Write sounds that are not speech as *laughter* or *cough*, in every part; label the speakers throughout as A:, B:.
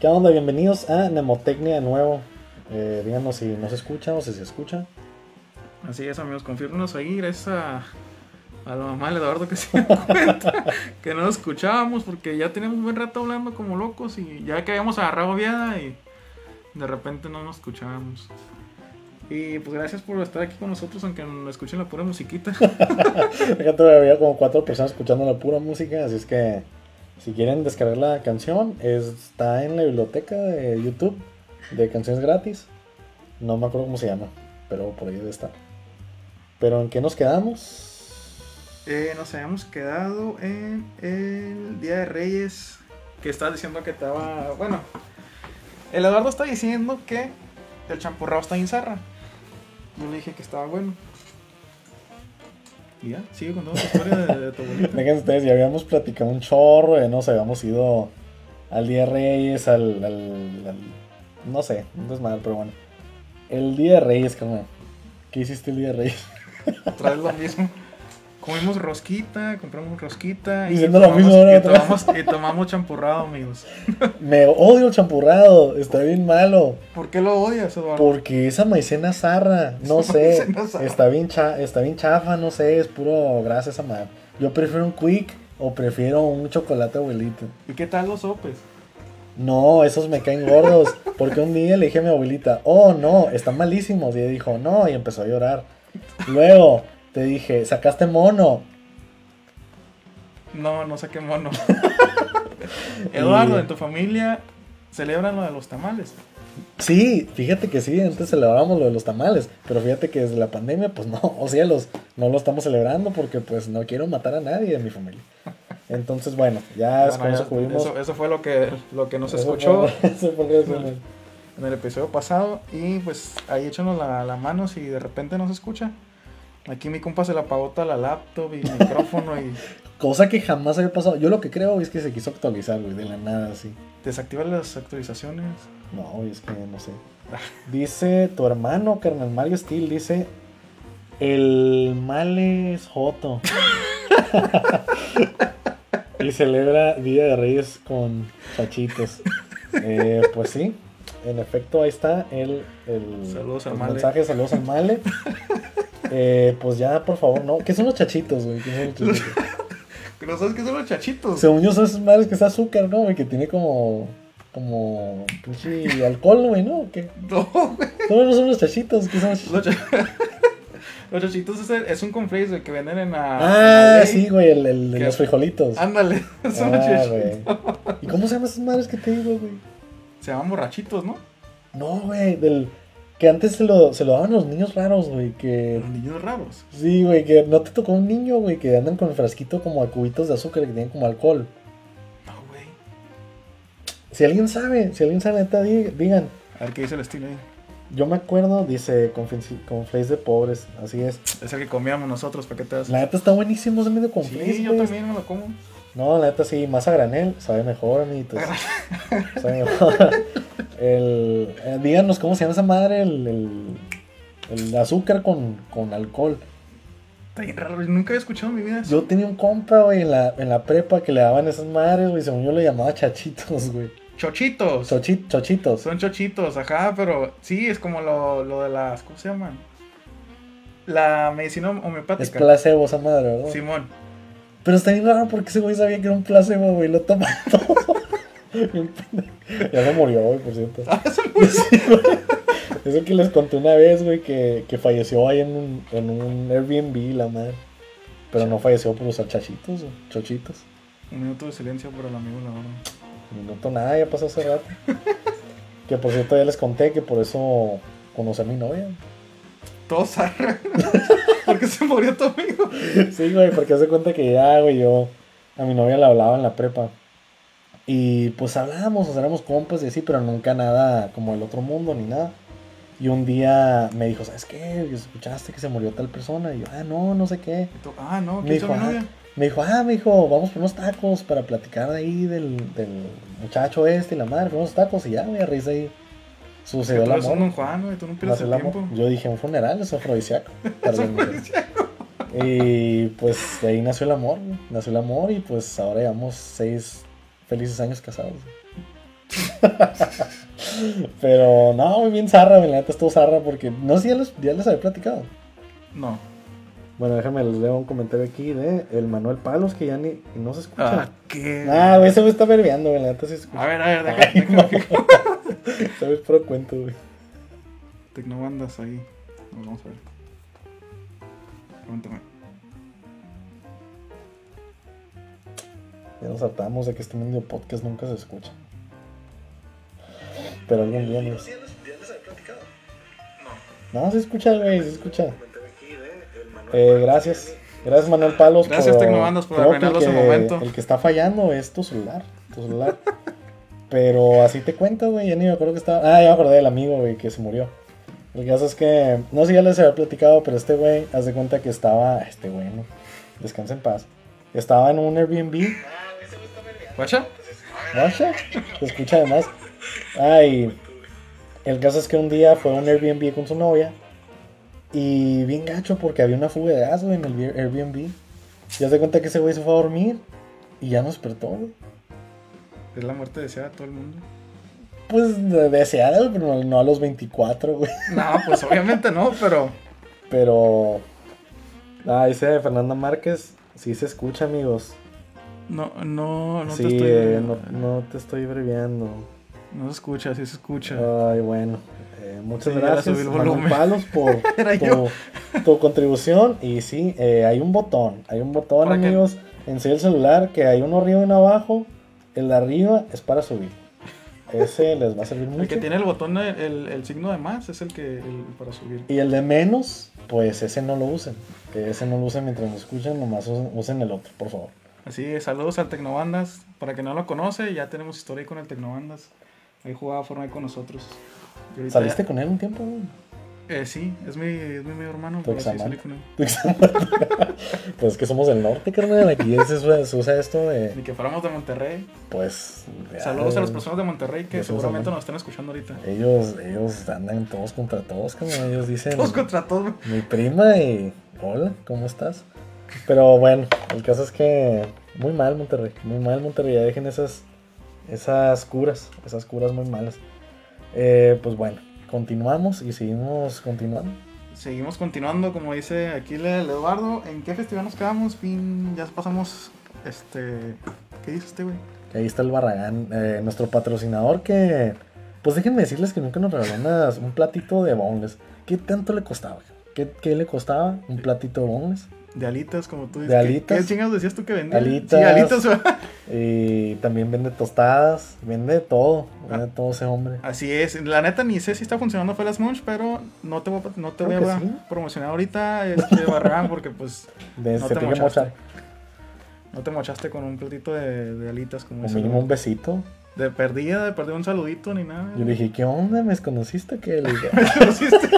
A: ¿Qué onda? Bienvenidos a Nemotecnia de nuevo. Eh, díganos si nos escuchan *laughs* o si se escucha.
B: Así es, amigos, confírmenos ahí, gracias a, a la mamá del Eduardo que se dio *laughs* cuenta que no nos escuchábamos porque ya teníamos un buen rato hablando como locos y ya que habíamos agarrado viada y de repente no nos escuchábamos. Y pues gracias por estar aquí con nosotros, aunque no escuchen la pura *laughs* musiquita.
A: Fíjate, había como cuatro personas escuchando la pura música, así es que si quieren descargar la canción, está en la biblioteca de YouTube de canciones gratis. No me acuerdo cómo se llama, pero por ahí está. Pero ¿en qué nos quedamos?
B: Eh, nos habíamos quedado en el Día de Reyes, que estabas diciendo que estaba... Bueno, el Eduardo está diciendo que el champurrado está en zarra. Yo le dije que estaba bueno. Y ya, sigue contando tu historia de, de tu abuelita.
A: Fíjense ustedes, ya habíamos platicado un chorro, eh, no sé, habíamos ido al Día de Reyes, al, al- al- No sé, un desmadre, pero bueno. El Día de Reyes, carnal. ¿Qué hiciste el Día de Reyes? *laughs*
B: Otra vez lo mismo. Comimos rosquita, compramos rosquita.
A: Diciendo lo mismo ahora
B: y
A: otra vez.
B: tomamos, y tomamos champurrado, amigos.
A: Me odio el champurrado, está bien malo.
B: ¿Por qué lo odias, Eduardo?
A: Porque esa maicena zarra, no
B: Esa
A: sé,
B: maicena zarra.
A: está bien, cha- está bien chafa, no sé, es puro grasa esa madre. Yo prefiero un quick o prefiero un chocolate abuelito.
B: ¿Y qué tal los sopes?
A: No, esos me caen gordos. Porque un día le dije a mi abuelita, oh no, están malísimos. Y ella dijo, no, y empezó a llorar. Luego te dije, sacaste mono.
B: No, no
A: *laughs*
B: saqué mono. Eduardo,
A: Y-
B: en tu familia celebran lo de los tamales.
A: Sí, fíjate que sí, antes celebrábamos lo de los tamales. Pero fíjate que desde la pandemia, pues no, *laughs* o cielos, no lo estamos celebrando porque pues no quiero matar a nadie de mi familia. Entonces, bueno, ya Ah, es
B: Bueno,
A: con
B: ya,
A: eso cubrimos.
B: eso, eso fue lo que, lo que nos
A: Eso
B: escuchó
A: fue- *laughs* eso fue lo que se-
B: en el episodio pasado. Y pues ahí échenos la, la mano si de repente nos escucha. Aquí mi compa se la pagota la laptop y el micrófono y
A: Cosa que jamás había pasado. Yo lo que creo es que se quiso actualizar, güey, de la nada, así.
B: desactiva las actualizaciones.
A: No, güey, es que no sé. Dice tu hermano, carnal Mario Steel, dice. El mal es Joto. *laughs* y celebra Día de Reyes con chachitos. Eh, pues sí, en efecto, ahí está el, el,
B: Saludos al
A: el
B: Male.
A: mensaje. Saludos al male. Eh, pues ya, por favor, no. ¿Qué son los chachitos, güey? ¿Qué son los chachitos?
B: Que no sabes qué son los chachitos.
A: Según yo, son esas madres que es azúcar, ¿no? güey? Que tiene como. Como. Pinche alcohol, güey, ¿no? ¿Qué?
B: No, güey.
A: No, no son los chachitos, ¿qué son los chachitos?
B: Los, cha- *laughs* los chachitos es, el- es un complex el que venden en la. en
A: Ah,
B: la ley.
A: sí, güey, el, el de
B: ¿Qué?
A: los frijolitos.
B: Ándale, *laughs* son los
A: Ah,
B: chachitos.
A: güey. ¿Y cómo se llaman esas madres que te digo, güey?
B: Se llaman borrachitos, ¿no?
A: No, güey, del. Que antes se lo, se lo daban los niños raros, güey, que.
B: Los niños raros.
A: Sí, güey, que no te tocó un niño, güey, que andan con el frasquito como a cubitos de azúcar que tienen como alcohol.
B: No, güey.
A: Si alguien sabe, si alguien sabe, neta, di- digan.
B: A ver qué dice el estilo ahí.
A: Yo me acuerdo, dice, con, con Flays de pobres, así es.
B: Es el que comíamos nosotros, ¿para qué te das?
A: La neta está buenísimo ese medio con flis,
B: Sí, yo
A: güey.
B: también me lo como.
A: No, la neta sí, más a granel, sabe mejor,
B: *laughs*
A: amiguitos. sabe mejor. *laughs* El, eh, díganos cómo se llama esa madre, el, el, el azúcar con, con alcohol.
B: Está bien raro, yo nunca había escuchado en mi vida. eso.
A: Yo tenía un compa, güey, en la, en la prepa que le daban esas madres, güey, según yo le llamaba chachitos, güey.
B: Chochitos.
A: Chochi- chochitos.
B: Son chochitos, ajá, pero sí, es como lo, lo de las. ¿Cómo se llaman? La medicina
A: Es
B: homeopática.
A: placebo esa madre, ¿verdad? *laughs*
B: Simón.
A: Pero está bien raro porque ese güey sabía que era un placebo, güey, lo tomaba *laughs* todo. ya se murió, güey, por cierto.
B: Ah, eso no-
A: Es el que les conté una vez, güey, que, que falleció ahí en un, en un Airbnb, la madre. Pero no falleció por usar chachitos, güey, chochitos.
B: Un minuto de silencio por el amigo la verdad.
A: No noto nada, ya pasó hace rato. que por cierto ya les conté que por eso conocí a mi novia.
B: Todo zarra. *laughs* Porque se murió tu amigo.
A: Sí, güey, porque hace cuenta que ya, güey, yo a mi novia la hablaba en la prepa. Y pues hablábamos, o sea, éramos compas y así, pero nunca nada como el otro mundo ni nada. Y un día me dijo, ¿sabes qué? ¿Escuchaste que se murió tal persona? Y yo, ah, no, no sé qué.
B: Y tú, Ah, no,
A: Me
B: ¿quién fue
A: dijo,
B: mi
A: ah.
B: novia?
A: Me dijo, ah, me dijo, vamos por unos tacos para platicar de ahí del, del muchacho este y la madre, fuimos a los tacos y ya, güey, a risa ahí. Sucedió
B: Tú
A: el
B: eres
A: amor.
B: un don Juan, güey, tú no pierdes
A: nació
B: el
A: el amor.
B: tiempo.
A: Yo dije, un funeral, es afrodisíaco. para la mujer". Y pues de ahí nació el amor, güey. nació el amor y pues ahora llevamos seis felices años casados. *laughs* Pero no, muy bien zarra, güey, la neta estuvo zarra porque no sé si ya les, ya les había platicado.
B: No.
A: Bueno, déjame, les leo un comentario aquí de el Manuel Palos que ya ni no se
B: Ah,
A: escucha.
B: qué.
A: Ah, güey, ese güey está verbeando, güey, la neta sí se escucha. *laughs*
B: A ver, a ver, deja,
A: Ay,
B: deja-
A: Sabes puro cuento, güey.
B: Tecnobandas ahí. Nos vamos a ver. Cuéntame.
A: Ya nos hartamos de que este medio podcast nunca se escucha. Pero algún día, güey. No, se escucha, güey, se escucha. Eh, gracias. Gracias, Manuel Palos.
B: Gracias, Tecnobandas, por
A: creo que el
B: arruinarlo ese
A: que-
B: momento.
A: El que está fallando es tu celular. Tu
B: *laughs*
A: celular. Pero así te cuento, güey. Ya ni me acuerdo que estaba. Ah, ya me acordé del amigo, güey, que se murió. El caso es que. No sé si ya les había platicado, pero este güey, haz de cuenta que estaba. Este güey, ¿no? Descansa en paz. Estaba en un Airbnb.
B: ¿Guacha?
A: ¿Guacha? Se escucha además. Ay. El caso es que un día fue a un Airbnb con su novia. Y bien gacho porque había una fuga de gas, güey, en el Air- Airbnb. Ya se cuenta que ese güey se fue a dormir. Y ya no despertó, güey.
B: Es la muerte deseada de todo el mundo.
A: Pues de- deseada, güey, pero no- no a los 24, güey.
B: No, pues obviamente no, pero.
A: Pero. Ah, dice Fernanda Márquez. Sí se escucha, amigos.
B: No, no, no
A: sí,
B: te estoy.
A: eh, no, no te estoy breveando.
B: no se escucha, sí se escucha.
A: Ay, bueno. Eh, muchas
B: Sí, ya le
A: gracias,
B: subí el
A: Manuel
B: volumen.
A: Palos,
B: *laughs*
A: por
B: Era yo.
A: tu, tu contribución. Y sí, eh, hay un botón. Hay un botón,
B: ¿Para qué?
A: amigos, en sí el celular que hay uno arriba y uno abajo. El de arriba es para subir. Ese *laughs* les va a servir
B: el
A: mucho.
B: que tiene el botón, el, el- el signo de más, es el que. el- para subir.
A: Y el de menos, pues ese no lo usen. Ese no lo usen mientras nos escuchan, nomás usen, usen el otro, por favor.
B: Así es, saludos al Tecnobandas. Para que no lo conoce, ya tenemos historia ahí con el Tecnobandas. Ahí jugaba Fortnite con nosotros. Y ahorita-
A: ¿Saliste con él un tiempo? güey? *laughs*
B: Eh, sí, es mi, es mi medio hermano,
A: Tu
B: pero sí
A: examante.
B: salí con él.
A: pues es que somos del norte, carnal. Aquí se usa, se usa esto de,
B: Ni que fuéramos de Monterrey.
A: pues... ya,
B: Saludos a las
A: güey.
B: personas de Monterrey que
A: Ya somos
B: seguramente
A: hermanos.
B: nos están escuchando ahorita.
A: Ellos, ellos andan todos contra todos, como ellos dicen.
B: Todos contra todos.
A: Mi prima y hola, ¿cómo estás? Pero bueno, el caso es que muy mal Monterrey, muy mal Monterrey, ya dejen esas, esas curas, esas curas muy malas. Eh, pues bueno, continuamos y seguimos continuando.
B: Seguimos continuando, como dice aquí el Eduardo. ¿En qué festival nos quedamos? Fin, ya pasamos. Este. ¿Qué dice este, güey?
A: Que Ahí está el Barragán, eh, nuestro patrocinador que, pues déjenme decirles que nunca nos regaló unas- un platito de boneless. ¿Qué tanto le costaba? ¿Qué, qué le costaba un platito de boneless?
B: De alitas, como tú dices.
A: De
B: ¿Qué-
A: alitas.
B: ¿Qué, chingados decías tú que vendías?
A: Alitas.
B: Sí, alitas. güey.
A: Y también vende tostadas, vende de todo, vende de todo ese hombre.
B: Así es, la neta ni sé si está funcionando Felas Munch, pero no te voy a, no te
A: Creo
B: voy
A: que
B: a
A: sí.
B: promocionar
A: *laughs*
B: ahorita este Barragán porque pues
A: De,
B: No
A: se
B: te
A: tiene que
B: mochaste.
A: mochar.
B: no te mochaste con un platito de, de alitas como
A: O
B: dice el
A: mínimo un besito.
B: De perdida, de perdida un saludito ni nada.
A: Yo le
B: *laughs*
A: dije, ¿qué onda? ¿Me desconociste? ¿Qué? Le dije, *laughs*
B: Lo hiciste.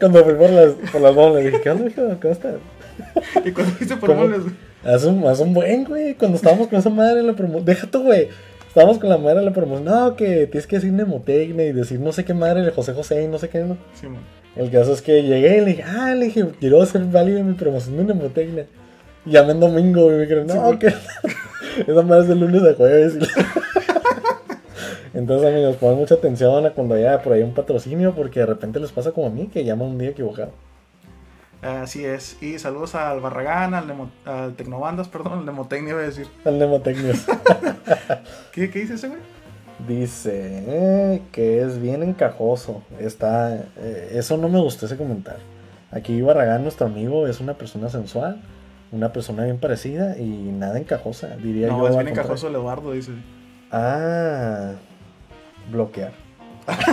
A: cuando fui por las, por las bombas, le dije, ¿qué onda, hijo? ¿Cómo estás?
B: y cuando hice por
A: ¿Cómo?
B: goles,
A: Haz un, haz un buen, güey. Cuando estábamos con esa madre en la promoción. Deja tú, güey. Estábamos con la madre en la promoción. No, que tienes que decir mnemotecnia y decir no sé qué madre de José José y no sé qué, ¿no?
B: sí, man.
A: El caso es que llegué y le dije, ah, le dije, quiero hacer válido mi promoción de mnemotecnia. Y llamé en domingo y me dijeron,
B: Sí,
A: no,
B: güey.
A: que *laughs* esa madre es de lunes a jueves. Entonces, amigos, pongan mucha atención a cuando haya por ahí un patrocinio, porque de repente les pasa como a mí, que llaman un día equivocado.
B: Así es. Y saludos al Barragán, al, Nemo- al Tecnobandas, perdón, al Demotecnia iba a decir.
A: Al mnemotecnios.
B: ¿Qué, qué dice ese güey?
A: Dice eh, que es bien encajoso. Está, eh, eso no me gustó ese comentario. Aquí Barragán, nuestro amigo, es una persona sensual, una persona bien parecida y nada encajosa, diría yo.
B: No,
A: al
B: es bien
A: contrario.
B: encajoso el Eduardo, dice.
A: Ah, bloquear. *laughs*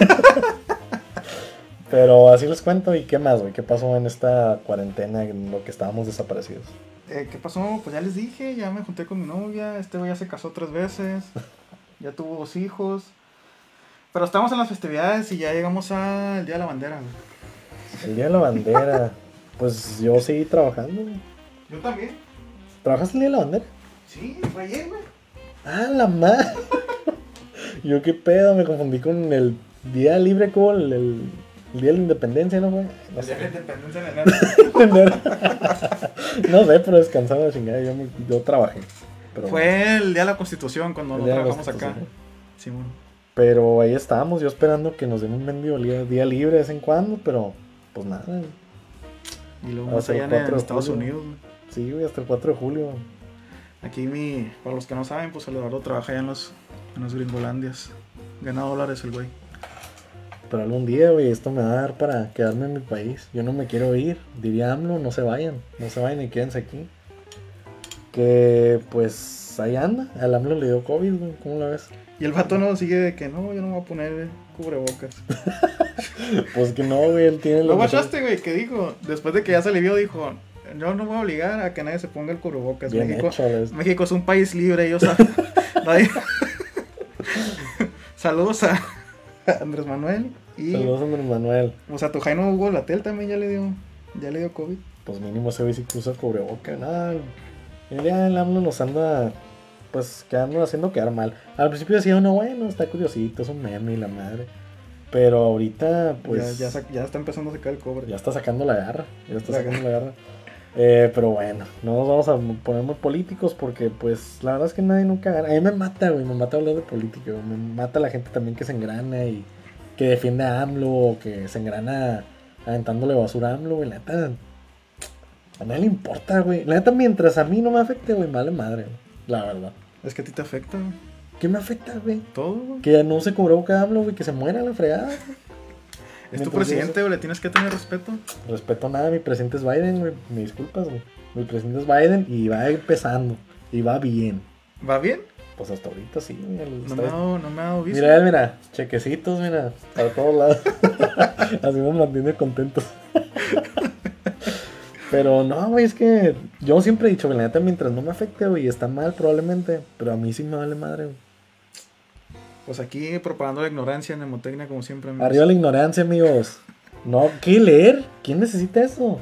A: Pero así les cuento y qué más, güey, qué pasó en esta cuarentena en lo que estábamos desaparecidos.
B: Eh, ¿Qué pasó? Pues ya les dije, ya me junté con mi novia, este güey ya se casó tres veces,
A: *laughs*
B: ya tuvo dos hijos. Pero estamos en las festividades y ya llegamos al Día de la Bandera. güey.
A: El día de la
B: *laughs*
A: bandera, pues yo seguí trabajando. güey.
B: Yo también.
A: ¿Trabajaste el día de la bandera?
B: Sí, fue ayer, güey.
A: Ah, la madre. Yo qué pedo, me confundí con el día libre, como el, el- el día de la independencia, ¿no, güey? No
B: El Día de la
A: sé,
B: Independencia *laughs* de enero.
A: no sé pero descansaba la chingada, yo, me- yo trabajé. Pero
B: Fue el Día de la Constitución cuando
A: el
B: lo
A: día de la
B: trabajamos acá.
A: Constitución.
B: Simón.
A: Pero ahí estábamos, yo esperando que nos den un mendigo li- día libre de vez en cuando, pero pues nada.
B: Y luego
A: Ah,
B: más
A: sí,
B: allá en
A: cuatro de
B: Estados
A: julio.
B: Unidos, güey.
A: Sí, güey, hasta el 4 de julio.
B: Aquí mi, para los que no saben, pues el Eduardo trabaja allá en los, en los gringolandias. Gana dólares el güey.
A: Pero algún día, güey, esto me va a dar para quedarme en mi país. Yo no me quiero ir. Diría AMLO, no se vayan. No se vayan y quédense aquí. Que pues ahí anda. Al AMLO le dio COVID, güey. ¿Cómo la ves?
B: Y el vato no sigue de que no, yo no me voy a poner cubrebocas.
A: Pues que no, güey, él tiene
B: *laughs*
A: los
B: ¿Lo
A: mejores-
B: guachaste, güey? que dijo? Después de que ya se le vio, dijo: Yo no voy a obligar a que nadie se ponga el cubrebocas.
A: Bien
B: México,
A: hecho, güey.
B: México es un país libre,
A: *laughs*
B: ellos saben. Nadie- *laughs* Saludos a Andrés Manuel y
A: Saludos a Andrés Manuel.
B: o sea, tu Jaime Hugo Latel también ya le dio ya le dio COVID.
A: Pues mínimo ese güey sí que usa cubreboca. Nada. El día del AMLO nos anda pues quedando haciendo quedar mal. Al principio decía uno, bueno, está curiosito, es un meme y la madre. Pero ahorita, pues.
B: ya, ya, sa- ya está empezando a sacar el cobre.
A: Ya está sacando la garra. Ya está
B: La
A: sacando la garra. Eh, pero bueno, no nos vamos a poner muy políticos porque, pues, la verdad es que nadie nunca gana. A mí me mata, güey, me mata hablar de política. güey. Me mata la gente también que se engrana y que defiende a AMLO o que se engrana aventándole basura a AMLO, güey. La neta, a nadie le importa, güey. La neta, mientras a mí no me afecte, güey, vale madre, güey. La verdad.
B: Es que a ti te afecta güey.
A: ¿Qué me afecta, güey?
B: todo, güey.
A: Que ya no se cobró que AMLO, güey, que se muera la fregada.
B: Es tu
A: Mientras
B: presidente, güey, le tienes que tener respeto.
A: respeto nada, mi presidente es Biden, güey. Me disculpas, güey. Mi presidente es Biden y va empezando. Y va bien.
B: ¿Va bien?
A: Pues hasta ahorita sí, güey. el-
B: No
A: Pues está-
B: me ha dado, no me ha dado visa.
A: Mira él, mira. Chequecitos, mira. Para todos lados. *laughs* Así nos mantiene contentos. *laughs* pero no, güey, es que yo siempre he dicho, güey, la neta, mientras no me afecte, güey, está mal probablemente. Pero a mí sí me vale madre, güey.
B: Pues aquí propagando la ignorancia en mnemotecnia, como siempre. amigos.
A: Arriba la ignorancia, amigos. No, ¿qué leer? ¿Quién necesita eso?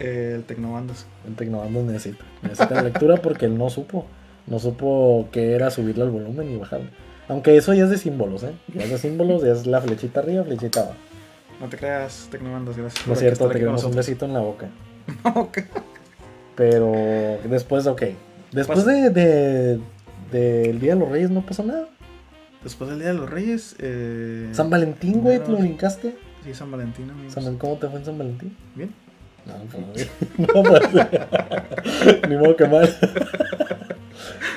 B: Eh, el Tecnobandas.
A: El Tecnobandos necesita. Necesita la lectura porque él no supo. No supo que era subirle al volumen y bajarle. Aunque eso ya es de símbolos, ¿eh? Ya es de símbolos, ya es la flechita arriba, flechita abajo.
B: No te creas, Tecnobandas, gracias.
A: No
B: por
A: es cierto,
B: estar
A: te
B: aquí con
A: queremos un
B: nosotros.
A: besito en la boca.
B: *laughs* Ok.
A: Pero después, ok. Después
B: Pasa.
A: de, de, del Día de los Reyes no pasó nada.
B: Después del Día de los Reyes. Eh...
A: San Valentín, güey,
B: no,
A: te lo
B: sí.
A: brincaste.
B: Sí, San Valentín, amigos.
A: San- ¿Cómo te fue en San Valentín?
B: Bien.
A: No, pues, *laughs* no, pues, *laughs* ni modo que mal.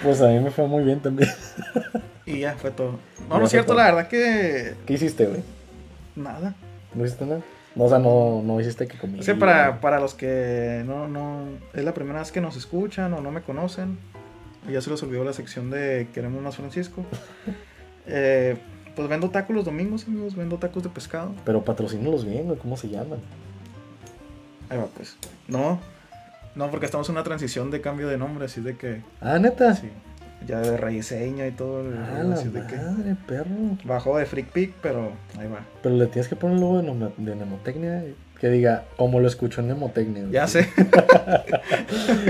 A: Pues a mí me fue muy bien también.
B: Y ya fue todo.
A: Ya
B: No, no
A: fue
B: es cierto,
A: todo.
B: la verdad que.
A: ¿Qué hiciste, güey?
B: Nada.
A: ¿No hiciste nada? No, o sea, no, no hiciste que comí.
B: Es que para, para los que no, no. Es la primera vez que nos escuchan o no me conocen. Y ya se les olvidó la sección de Queremos más
A: *laughs*
B: Francisco. Eh, pues vendo tacos los domingos, amigos. Vendo tacos de pescado.
A: Pero patrocínalos bien, güey. ¿Cómo se llaman?
B: Ahí va, pues. No. No, porque estamos en una transición de cambio de nombre, así de que.
A: Ah, neta.
B: Sí. Ya de rediseño y todo. el
A: Ah,
B: rollo,
A: la
B: así de que-
A: madre, perro.
B: Bajó de Freak Pick, pero ahí va.
A: Pero le tienes que poner el logo de, nome- de Nemotecnia. güey, Que diga, como lo escuchó en Nemotecnia. güey.
B: Ya sé.
A: *laughs*
B: *laughs*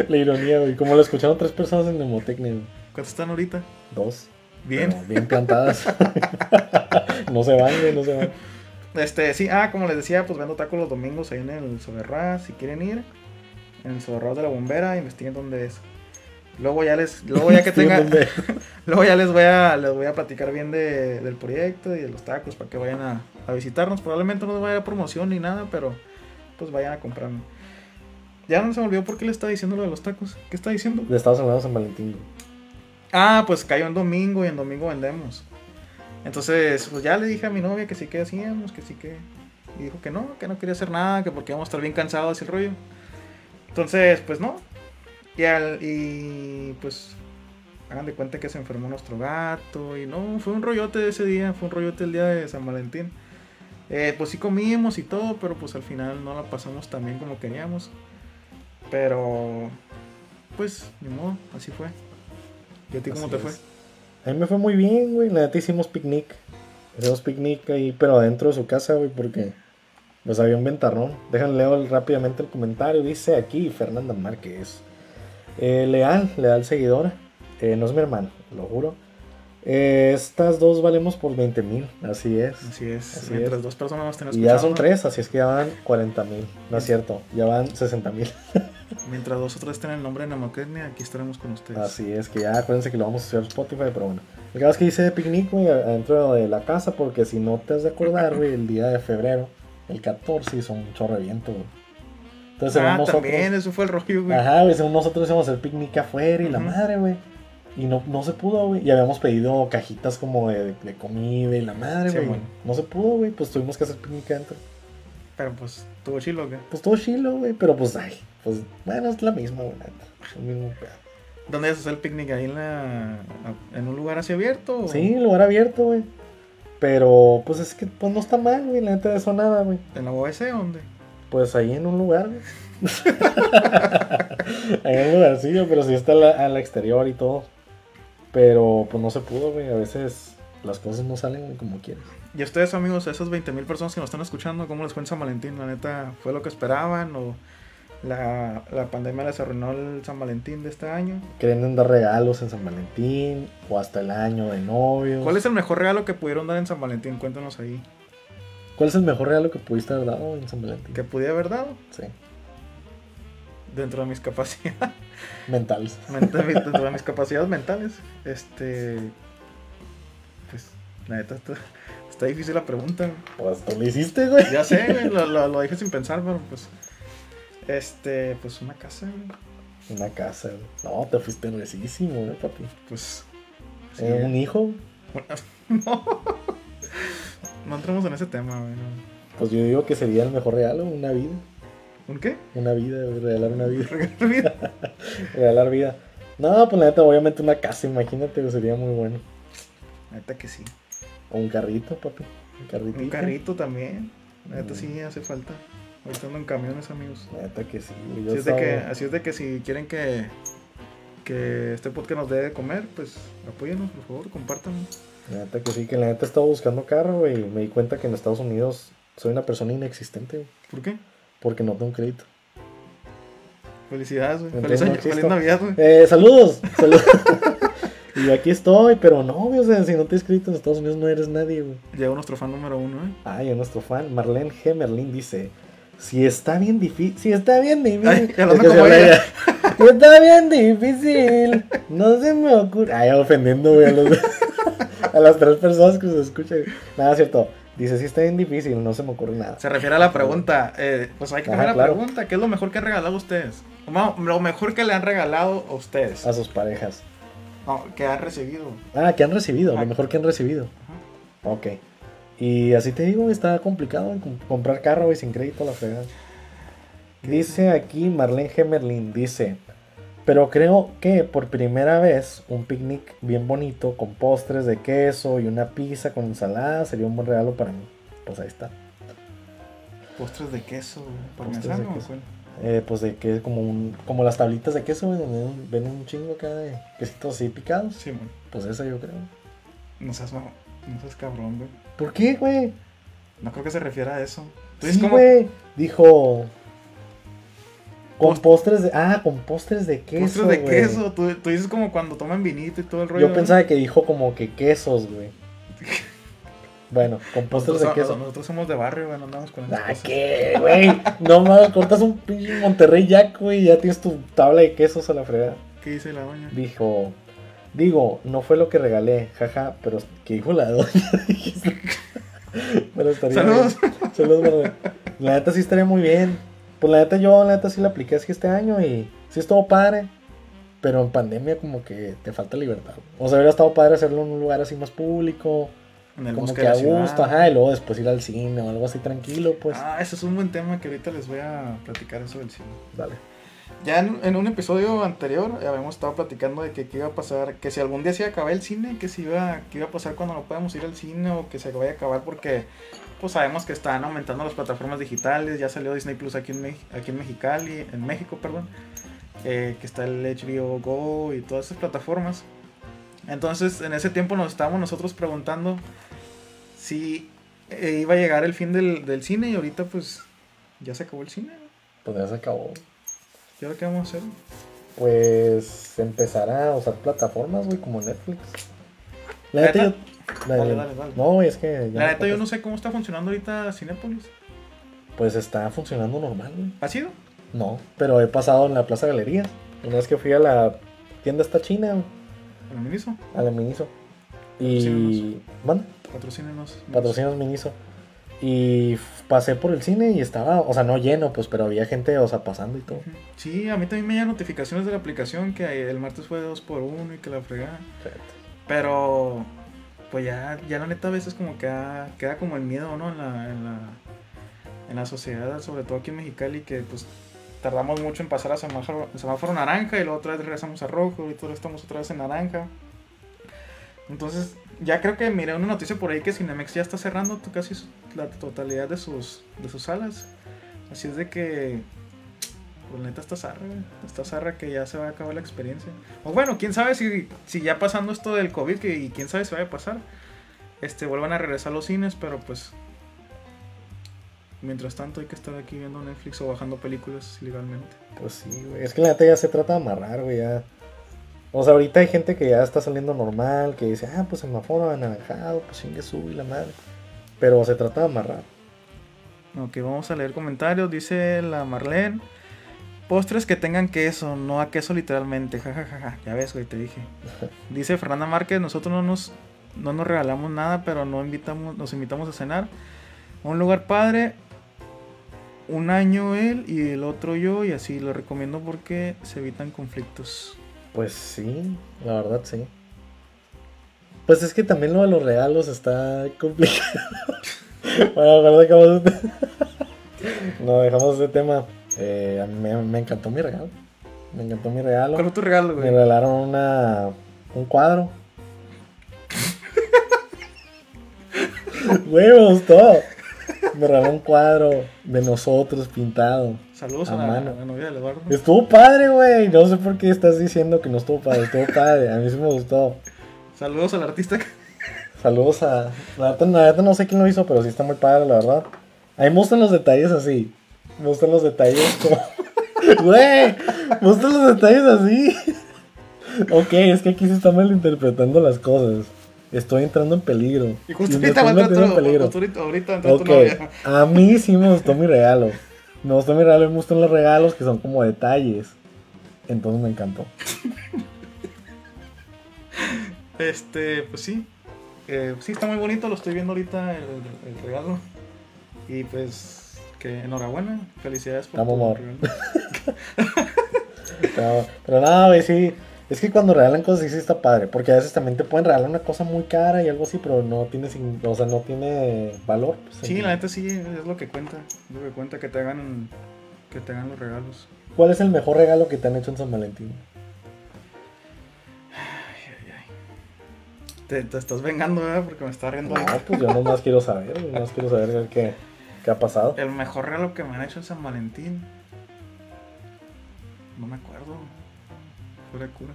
A: La ironía, güey. Como lo escucharon tres personas en Nemotecnia. güey.
B: ¿Cuántos están ahorita?
A: Dos.
B: Bien.
A: Pero bien plantadas. *laughs* no se van, güey, no se van.
B: Este, sí, ah, como les decía, pues vendo tacos los domingos ahí en el Soberraz, si quieren ir. En el Soberraz de la Bombera, investiguen dónde es. Luego ya les, luego ya
A: *laughs*
B: que
A: Sí,
B: tengan,
A: ¿dónde?
B: luego ya les voy a, les voy a platicar bien de- del proyecto y de los tacos para que vayan a, a visitarnos. Probablemente no les vaya a dar promoción ni nada, pero pues vayan a comprarme. Ya no se me olvidó por qué le estaba diciendo lo de los tacos. ¿Qué está diciendo?
A: Le estabas hablando de San Valentín. güey.
B: Ah, pues cayó en domingo y en domingo vendemos. Entonces, pues ya le dije a mi novia que sí que hacíamos, que sí que. Y dijo que no, que no quería hacer nada, que porque íbamos a estar bien cansados y el rollo. Entonces, pues no. Y, al- y pues hagan de cuenta que se enfermó nuestro gato. Y no, fue un rollote ese día, fue un rollote el día de San Valentín. Eh, pues sí comimos y todo, pero pues al final no la pasamos tan bien como queríamos. Pero, pues, ni modo, así fue. ¿Y a ti cómo
A: Así
B: te
A: es.
B: fue?
A: A mí me fue muy bien, güey. La neta hicimos picnic. Hicimos picnic ahí, pero adentro de su casa, güey, porque pues había un ventarrón. Déjenme leo el- rápidamente el comentario. Dice aquí Fernanda Márquez. Eh, leal, leal seguidora. Eh, no es mi hermano, lo juro. Eh, estas dos valemos por 20 mil, así es.
B: Así es.
A: Así
B: Mientras
A: es.
B: dos personas nos estén
A: Y ya son
B: escuchando,
A: tres, así es que ya van 40 mil. No es cierto, ya van 60 mil.
B: Mientras
A: Ah,
B: dos o tres estén el nombre de Nemotecnia, aquí estaremos con ustedes.
A: Así es, que ya acuérdense que lo vamos a hacer a Spotify, pero bueno. El caso es que hice picnic, güey, adentro de la casa, porque si no te has de acordar, güey, el día de febrero, el 14, hizo un chorro de viento, güey. Entonces,
B: ah,
A: según nosotros.
B: también, eso fue el rollo, güey.
A: Ajá, güey, según nosotros íbamos a hacer picnic afuera y la
B: Ujú.
A: madre, güey. Y no, no se pudo, güey. Y habíamos pedido cajitas como de, de comida y la madre,
B: Sí,
A: güey.
B: bueno.
A: No se pudo, güey. Pues tuvimos que hacer picnic adentro.
B: Pero pues, estuvo chilo, güey.
A: Pues todo chilo, güey. Pero pues, ay, pues, bueno, es la misma, güey. la neta. El mismo pedo.
B: ¿Dónde vas a hacer el picnic? ¿Ahí en, la, en un lugar así abierto? o-
A: Sí, lugar abierto, güey. Pero, pues es que pues no está mal, güey. La neta de eso nada, güey.
B: ¿En la OBC o dónde?
A: Pues ahí en un lugar,
B: *laughs*
A: güey. ahí en un lugarcillo, pero sí está la- al exterior y todo. Pero pues no se pudo, güey. A veces las cosas no salen güey, como quieres.
B: Y a ustedes, amigos, a esas 20.000 personas que nos están escuchando, ¿cómo les fue en San Valentín? La neta, ¿fue lo que esperaban? ¿O la, la pandemia les arruinó el San Valentín de este año?
A: Creen dar regalos en San Valentín o hasta el año de novios.
B: ¿Cuál es el mejor regalo que pudieron dar en San Valentín? Cuéntanos ahí.
A: ¿Cuál es el mejor regalo que pudiste haber dado en San Valentín?
B: Que pude haber dado
A: Sí,
B: dentro de mis *laughs* capacidades,
A: mentales.
B: menta- dentro de mis capacidades mentales. Este. Pues, la neta, está, está difícil la pregunta. güey.
A: Pues tú lo hiciste, güey.
B: Ya sé, güey, lo, lo- lo dije sin pensar, pero pues. Este, pues una casa, güey.
A: Una casa, güey. No, te fuiste enrecísimo, güey, papi.
B: Pues. sí,
A: Eh, un hijo,
B: No. No entremos en ese tema, güey. no.
A: pues yo digo que sería el mejor regalo, una vida.
B: ¿Un qué?
A: Una vida, güey, regalar una
B: *laughs*
A: vida. *laughs*
B: Regalo de vida.
A: Regalar vida. No, pues la neta, obviamente una casa, imagínate, güey, sería muy bueno.
B: Neta que sí.
A: O un carrito, papi. Un carrito.
B: Un carrito también. Neta
A: Mm.
B: sí hace falta. Ahorita ando en camiones, amigos.
A: La neta que sí, güey. Yo
B: Así es, de que,
A: estaba-
B: así es de que si quieren que, que este podcast nos dé de comer, pues apóyenos, por favor, compártanos.
A: La neta que sí, que la neta estaba buscando carro, güey. Y me di cuenta que en Estados Unidos soy una persona inexistente, güey.
B: ¿Por qué?
A: Porque no tengo crédito.
B: Felicidades, güey.
A: Entonces
B: Feliz año,
A: no existo.
B: feliz Navidad, güey.
A: Eh, saludos. Saludos. *laughs* y yo aquí estoy, pero no, güey. O sea, si no te has inscrito en Estados Unidos no eres nadie, güey.
B: Llegó nuestro fan número uno, ¿eh?
A: Ay, a nuestro fan, Marlene G. Merlin dice: Si está bien difícil. Si está bien difícil.
B: Ay, hablando
A: Es que se
B: como
A: habla
B: ella.
A: ella. *laughs* "Si está bien difícil. No se me ocurre. Ay, ofendiendo, güey, a, los- *laughs* a las tres personas que se escuchan. Nada, es cierto. Dice: Si está bien difícil, no se me ocurre nada.
B: Se refiere a la pregunta. eh, pues hay que
A: Ajá,
B: cambiar la
A: claro.
B: pregunta. ¿Qué es lo mejor que han regalado ustedes? No, lo mejor que le han regalado a ustedes.
A: A sus parejas.
B: No, que han recibido.
A: Ah, que han recibido.
B: Ah.
A: Lo mejor que han recibido.
B: Ajá.
A: Ok. Y así te digo, está complicado güey, com- comprar carro güey, sin crédito a la fregada. Dice aquí Marlene Gemerlin, dice, pero creo que por primera vez un picnic bien bonito con postres de queso y una pizza con ensalada sería un buen regalo para mí. Pues ahí está.
B: Postres de queso, güey.
A: Postres de
B: parmesano.
A: queso.
B: güey.
A: Eh, pues de que como un, como las tablitas de queso, güey, donde un- venden un chingo acá de quesitos así picados.
B: Sí, güey.
A: Pues eso yo creo.
B: No seas, mamón, no seas cabrón, güey.
A: ¿Por qué, güey?
B: No creo que se refiera a eso. Tú dices
A: Sí,
B: Pues como
A: güey. Dijo. Con
B: Post-
A: postres de. Ah, con postres de queso.
B: postres de
A: güey.
B: queso. Tú, tú dices como cuando toman vinito y todo el rollo.
A: Yo
B: ¿no?
A: pensaba que dijo como que quesos, güey. Bueno, con postres
B: Nosotros,
A: de
B: no-
A: queso.
B: nosotros somos de barrio, güey. ah, No andamos con esas
A: Ah,
B: cosas.
A: qué, güey. No mames, cortas un pinche Monterrey Jack, güey, y ya tienes tu tabla de quesos a la fregada.
B: ¿Qué dice la doña?
A: Dijo. Digo, no fue lo que regalé, jaja, pero que dijo la doña. *laughs* Dijiste. Pero estaría bien.
B: Saludos.
A: Saludos, brother. La neta sí estaría muy bien. Pues la neta yo, la neta sí la apliqué así este año y sí estuvo padre. Pero en pandemia como que te falta libertad. O sea, hubiera estado padre hacerlo en un lugar así más público.
B: *laughs* En el
A: Como
B: bosque
A: que
B: de
A: a
B: la ciudad.
A: gusto, ajá. Y luego después ir al cine o algo así tranquilo, pues.
B: Ah, ese es un buen tema que ahorita les voy a platicar eso del cine.
A: Dale.
B: Ya en, en un episodio anterior habíamos estado platicando de que qué iba a pasar, que si algún día se iba a acabar el cine, que si iba, que iba a pasar cuando no podamos ir al cine o que se vaya a acabar porque pues sabemos que están aumentando las plataformas digitales, ya salió Disney Plus aquí en, Mex- aquí en Mexicali, en México, perdón, eh, que está el HBO Go y todas esas plataformas. Entonces en ese tiempo nos estábamos nosotros preguntando si eh, iba a llegar el fin del, del cine y ahorita pues ya se acabó el cine.
A: Pues ya se acabó.
B: ¿Y ahora qué vamos a hacer?
A: Pues empezar a usar plataformas, güey, como Netflix. La neta yo...
B: ¿Neta?
A: la-
B: Dale, dale, dale.
A: No, güey, es que... ya
B: La neta, yo
A: contesto.
B: no sé cómo está funcionando ahorita Cinépolis.
A: Pues está funcionando normal, güey.
B: ¿Ha sido?
A: No, pero he pasado en la Plaza Galerías. Una vez que fui a la tienda esta china,
B: ¿En el mismo?
A: a la Miniso. Y. ¿Mande?
B: Patrocínenos.
A: Patrocinos Miniso. Y f- pasé por el cine y estaba, o sea, no lleno, pues, pero había gente, o sea, pasando y todo.
B: Sí, a mí también me llegan notificaciones de la aplicación que el martes fue 2 por 1 y que la fregada. Pero, pues ya, ya la neta a veces como queda, queda como el miedo, ¿no? En la, en, la, en la sociedad, sobre todo aquí en Mexicali, que pues tardamos mucho en pasar a semáforo, semáforo naranja y luego otra vez regresamos a rojo y todo estamos otra vez en naranja. Entonces, ya creo que miré una noticia por ahí que Cinemex ya está cerrando tu- casi su- la totalidad de sus, de sus salas. Así es de que, pues neta está zarra, güey. está zarra que ya se va a acabar la experiencia. O bueno, quién sabe si, si ya pasando esto del COVID, que, y quién sabe si vaya a pasar, este, vuelvan a regresar los cines, pero pues. Mientras tanto, hay que estar aquí viendo Netflix o bajando películas ilegalmente.
A: Pues sí, güey. Es que la neta ya se trata de amarrar, güey. Ya. O sea, ahorita hay gente que ya está saliendo normal, que dice, ah, pues semáforo anaranjado, pues chingue su y la madre. Pero se trata de amarrar.
B: Ok, vamos a leer comentarios. Dice la Marlene: Postres que tengan queso, no a queso literalmente. Ja, ja, ja, ja. Ya ves, güey, te dije. *laughs* Dice Fernanda Márquez: Nosotros no nos, no nos regalamos nada, pero no invitamos, nos invitamos a cenar. Un lugar padre. Un año él y el otro yo, y así lo recomiendo porque se evitan conflictos.
A: Pues sí, la verdad sí. Pues es que también lo de los regalos está complicado. *laughs* bueno, perdón, acabamos de- *laughs* no, dejamos ese tema. Eh, a mí me, me encantó mi regalo. Me encantó mi regalo.
B: ¿Cuál fue tu regalo,
A: Me
B: güey?
A: regalaron una, un cuadro. *laughs* Güey, me gustó. Me regalaron un cuadro de nosotros pintado.
B: Saludos
A: A
B: a, la,
A: mano.
B: a la novia del Eduardo.
A: Estuvo padre, güey. No sé por qué estás diciendo que no estuvo padre. Estuvo padre. A mí sí me gustó.
B: Saludos al artista. que-
A: Saludos a... La verdad, la verdad no sé quién lo hizo, pero sí está muy padre, la verdad. A mí me gustan los detalles así. Me gustan los detalles como... *laughs* Güey, me gustan los detalles así. ok, es que aquí se están malinterpretando las cosas. Estoy entrando en peligro.
B: Y justo
A: Y me
B: ahorita va a
A: estoy
B: entrar
A: metiendo en
B: tu-
A: peligro.
B: justo ahorita- ahorita entra tu
A: Ok,
B: novia.
A: a mí sí me gustó mi regalo. Me gustó mi regalo, me gustan los regalos que son como detalles. Entonces me encantó.
B: Este, pues sí. Eh, sí, está muy bonito, lo estoy viendo ahorita el, el- el regalo. Y pues, que enhorabuena, felicidades por
A: Vamos,
B: tu
A: amor.
B: regalo.
A: *laughs* Pero, pero nada, güey, sí. Es que cuando regalan cosas sí, sí está padre. Porque a veces también te pueden regalar una cosa muy cara y algo así, pero no tiene, sin- o sea, no tiene valor. pues,
B: Sí,
A: en-
B: la neta sí, es lo que cuenta. es lo que cuenta que te hagan, que te hagan los regalos.
A: ¿Cuál es el mejor regalo que te han hecho en San Valentín?
B: Te, te estás vengando, ¿verdad? Porque me está riendo.
A: No, pues yo nomás quiero saber, güey, nomás quiero saber qué, qué ha pasado.
B: El mejor regalo que me han hecho en San Valentín. No me acuerdo. Fuera de cura.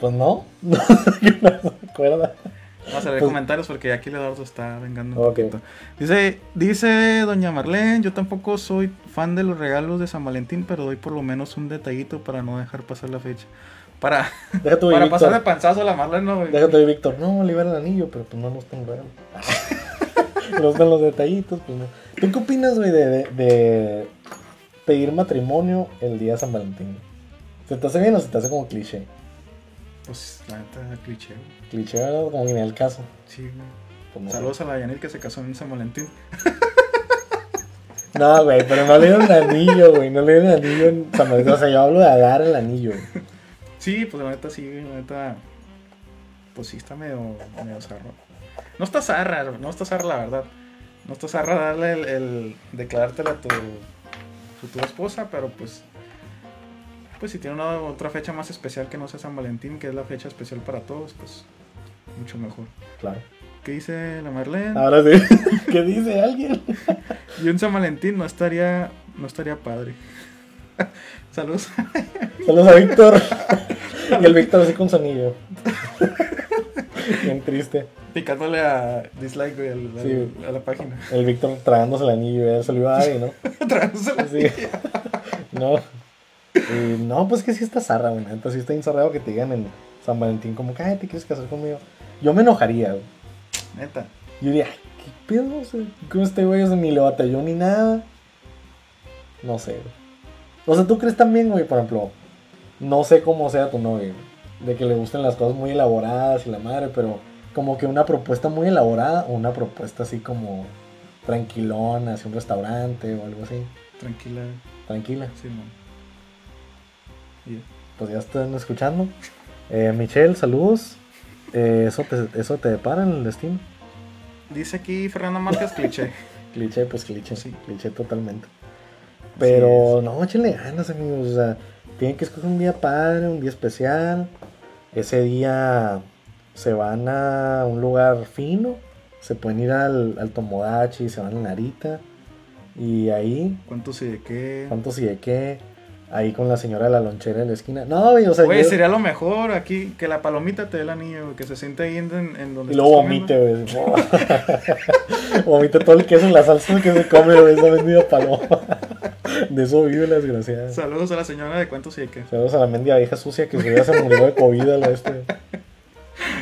A: Pues no, no se acuerda.
B: Vamos a leer
A: Pues-
B: comentarios porque aquí el Eduardo está vengando un
A: Ok.
B: poquito. Dice, dice Doña Marlene, yo tampoco soy fan de los regalos de San Valentín, pero doy por lo menos un detallito para no dejar pasar la fecha. Para,
A: Déjate oír,
B: para pasar de
A: Víctor.
B: panzazo a la Marlene, no, güey.
A: Déjate oír, Víctor. No, le iba a dar el anillo, pero pues no nos tengo *laughs* regalo. Los dan los detallitos, pues no. ¿Tú qué opinas, güey, de, de- de pedir matrimonio el día de San Valentín? ¿Se te hace bien o se te hace como cliché?
B: Pues la neta, cliché. güey.
A: Cliché, ¿verdad? Como que ni al caso.
B: Sí, güey.
A: Pues, no.
B: Saludos a la Yanil que se casó en San Valentín.
A: No, güey, pero no le dieron el anillo, güey. No le dieron el anillo en San Valentín. O sea, yo hablo de dar el anillo. güey.
B: Sí, pues la neta sí, güey, la neta. Pues sí, está medio, medio zarro. No está zarra, no está zarra la verdad. No está zarra darle el, el declarártela a tu futura esposa, pero pues. Pues si tiene una otra fecha más especial que no sea San Valentín, que es la fecha especial para todos, pues mucho mejor.
A: Claro.
B: ¿Qué dice la Marlene?
A: Ahora sí. *laughs* ¿Qué dice alguien?
B: Yo en San Valentín no estaría, no estaría padre. *laughs* Saludos.
A: Saludos a Víctor. *laughs* Y el Víctor así con su anillo. *laughs* Bien triste.
B: Picándole a dislike güey, al- al-
A: Sí.
B: a la página. *laughs*
A: El Víctor tragándose el anillo, ya se lo iba a dar y no.
B: Tragándosela.
A: Sí. No. Y no, pues que sí está zarra, güey. Entonces sí está bien zarrado que te digan en San Valentín, como, ay, te quieres casar conmigo. Yo me enojaría, güey.
B: Neta.
A: Yo diría, "Ay, ¿qué pedo? O sea, ¿Cómo este güey? O sea, ni le batalló ni nada. No sé, güey. O sea, ¿tú crees también, güey, por ejemplo? No sé cómo sea tu novia, güey. de que le gusten las cosas muy elaboradas y la madre, pero como que una propuesta muy elaborada o una propuesta así como tranquilona, así un restaurante o algo así,
B: Tranquila,
A: tranquila.
B: Simón. Y ya.
A: Pues ya están escuchando. Eh, Michelle, saludos. Eh, eso, te, eso te depara en el destino.
B: Dice aquí Fernando Márquez cliché.
A: Cliché, pues cliché,
B: Sí.
A: cliché totalmente.
B: Así
A: Pero
B: es.
A: no, échenle ganas, amigos. O sea, tienen que escoger un día padre, un día especial. Ese día se van a un lugar fino. Se pueden ir al, al Tomodachi, se van a Narita. Y ahí,
B: ¿Cuántos y de qué?
A: ¿cuántos y de qué? Ahí con la señora de la lonchera de la esquina. No, güey, o sea,
B: Güey,
A: yo-
B: sería lo mejor aquí que la palomita te dé el anillo, güey, que se siente ahí en, en donde
A: y luego
B: estás comiendo.
A: vomite, güey. *laughs* vomite todo el queso en la salsa que se come, güey. Esa vendida paloma. *laughs* De eso vive la desgraciada.
B: Saludos a la señora de cuántos y de qué.
A: Saludos a la mendiga vieja sucia que su vida se murió de COVID a la este.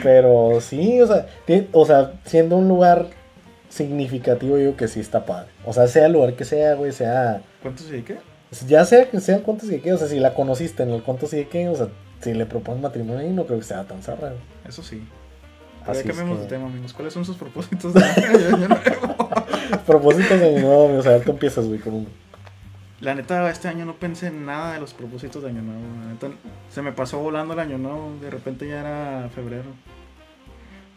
A: Pero sí, o sea, ti- o sea, siendo un lugar significativo, yo digo que sí está padre. O sea, sea el lugar que sea, güey, sea.
B: ¿Cuántos y de qué?
A: Ya sea que sea el cuento sí que, o sea, si la conociste en el cuento sí que, o sea, si le propones matrimonio ahí, no creo que sea tan zarra. güey.
B: Eso sí. Pero
A: Así
B: ya
A: es
B: cambiamos
A: que-
B: de tema, amigos. ¿Cuáles son sus propósitos de *laughs* año nuevo?
A: *laughs* Propósitos de mi nuevo, güey, o sea, tú empiezas, güey, con un.
B: La neta, este año no pensé en nada de los propósitos de año nuevo. La neta, se me pasó volando el año nuevo. De repente ya era febrero.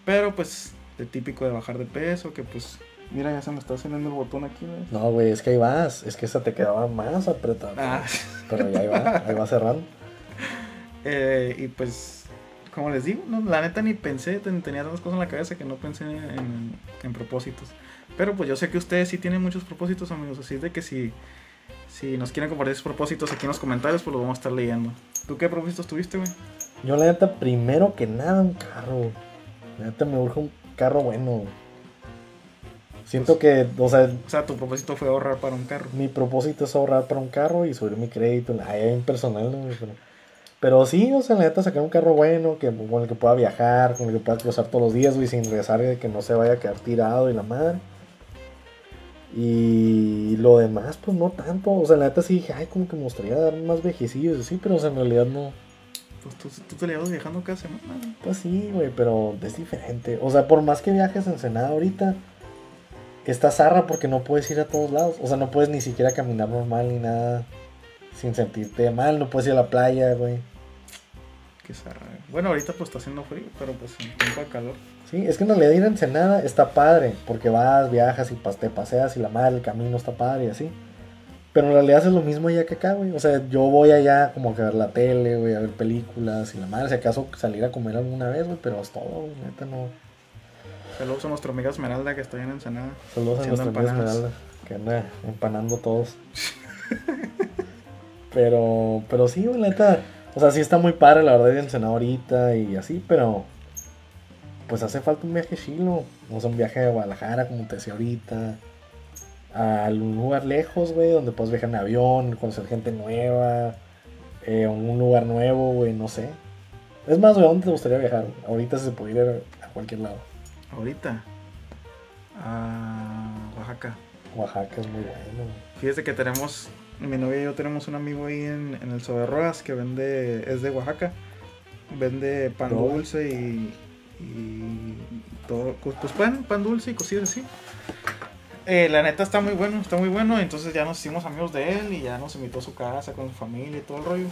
B: Pero pues, de típico de bajar de peso, que pues... Mira, ya se me está cenando el botón aquí, ¿ves?
A: No, güey, es que ahí vas, es que esa te quedaba más apretada.
B: Ah,
A: Pero ya ahí va, ahí va cerrando.
B: eh, y pues, como les digo, no, la neta ni pensé, ten- tenía tantas cosas en la cabeza que no pensé en, en propósitos. Pero pues yo sé que ustedes sí tienen muchos propósitos, amigos, así es de que si, si nos quieren compartir sus propósitos aquí en los comentarios, pues los vamos a estar leyendo. ¿Tú qué propósitos tuviste, güey?
A: Yo la neta, primero que nada, un carro. güey. La neta me urge un carro bueno. güey. Siento que, o sea,
B: O sea, tu propósito fue ahorrar para un carro.
A: mi propósito es ahorrar para un carro y subir mi crédito. Ay, en personal, ¿no? Pero, pero sí, o sea, la neta, sacar un carro bueno que, con el que pueda viajar, con el que pueda cruzar todos los días, güey, sin rezar de que no se vaya a quedar tirado y la madre. Y lo demás, pues no tanto. O sea, la neta sí dije, ay, como que me gustaría dar más viejecillos, y sí, pero o sea, en realidad no.
B: Pues tú, tú te la llevas viajando cada semana. güey.
A: Pues sí, güey, pero es diferente. O sea, por más que viajes a Ensenada ahorita, está zarra porque no puedes ir a todos lados. O sea, no puedes ni siquiera caminar normal ni nada sin sentirte mal. No puedes ir a la playa, güey.
B: Qué zarra, güey. Bueno, ahorita pues está haciendo frío, pero pues en tiempo de calor.
A: Sí, es que en realidad ir a Ensenada está padre porque vas, viajas y pas- te paseas y la madre, el camino está padre y así. Pero en realidad es lo mismo allá que acá, güey. O sea, yo voy allá como que a ver la tele, güey, a ver películas y la madre. Si acaso salir a comer alguna vez, güey, pero es todo, güey. Neta, no.
B: Saludos a nuestra amiga Esmeralda que está allá en Ensenada.
A: Saludos a
B: Haciendo
A: nuestra amiga
B: empanadas.
A: Esmeralda, que anda empanando todos. *laughs* pero, pero sí, güey, la neta. O sea, sí está muy padre la verdad de Ensenada ahorita y así, pero. Pues hace falta un viaje chilo. O sea, un viaje a Guadalajara, como te decía ahorita. A algún lugar lejos, güey, donde puedas viajar en avión, conocer gente nueva. Eh, un lugar nuevo, güey, no sé. Es más, güey, ¿a dónde te gustaría viajar? güey? Ahorita si se pudiera ir a cualquier lado.
B: Ahorita. A Oaxaca.
A: Oaxaca es muy bueno, güey.
B: Fíjese que tenemos, mi novia y yo tenemos un amigo ahí en, en el Sobre Ruedas que vende, es de Oaxaca. Vende pan
A: Droga.
B: dulce y, y todo, pues pues, pan, pan dulce y cosillas así. Eh, la neta está muy bueno, está muy bueno. Entonces ya nos hicimos amigos de él y ya nos invitó a su casa con su familia y todo el rollo.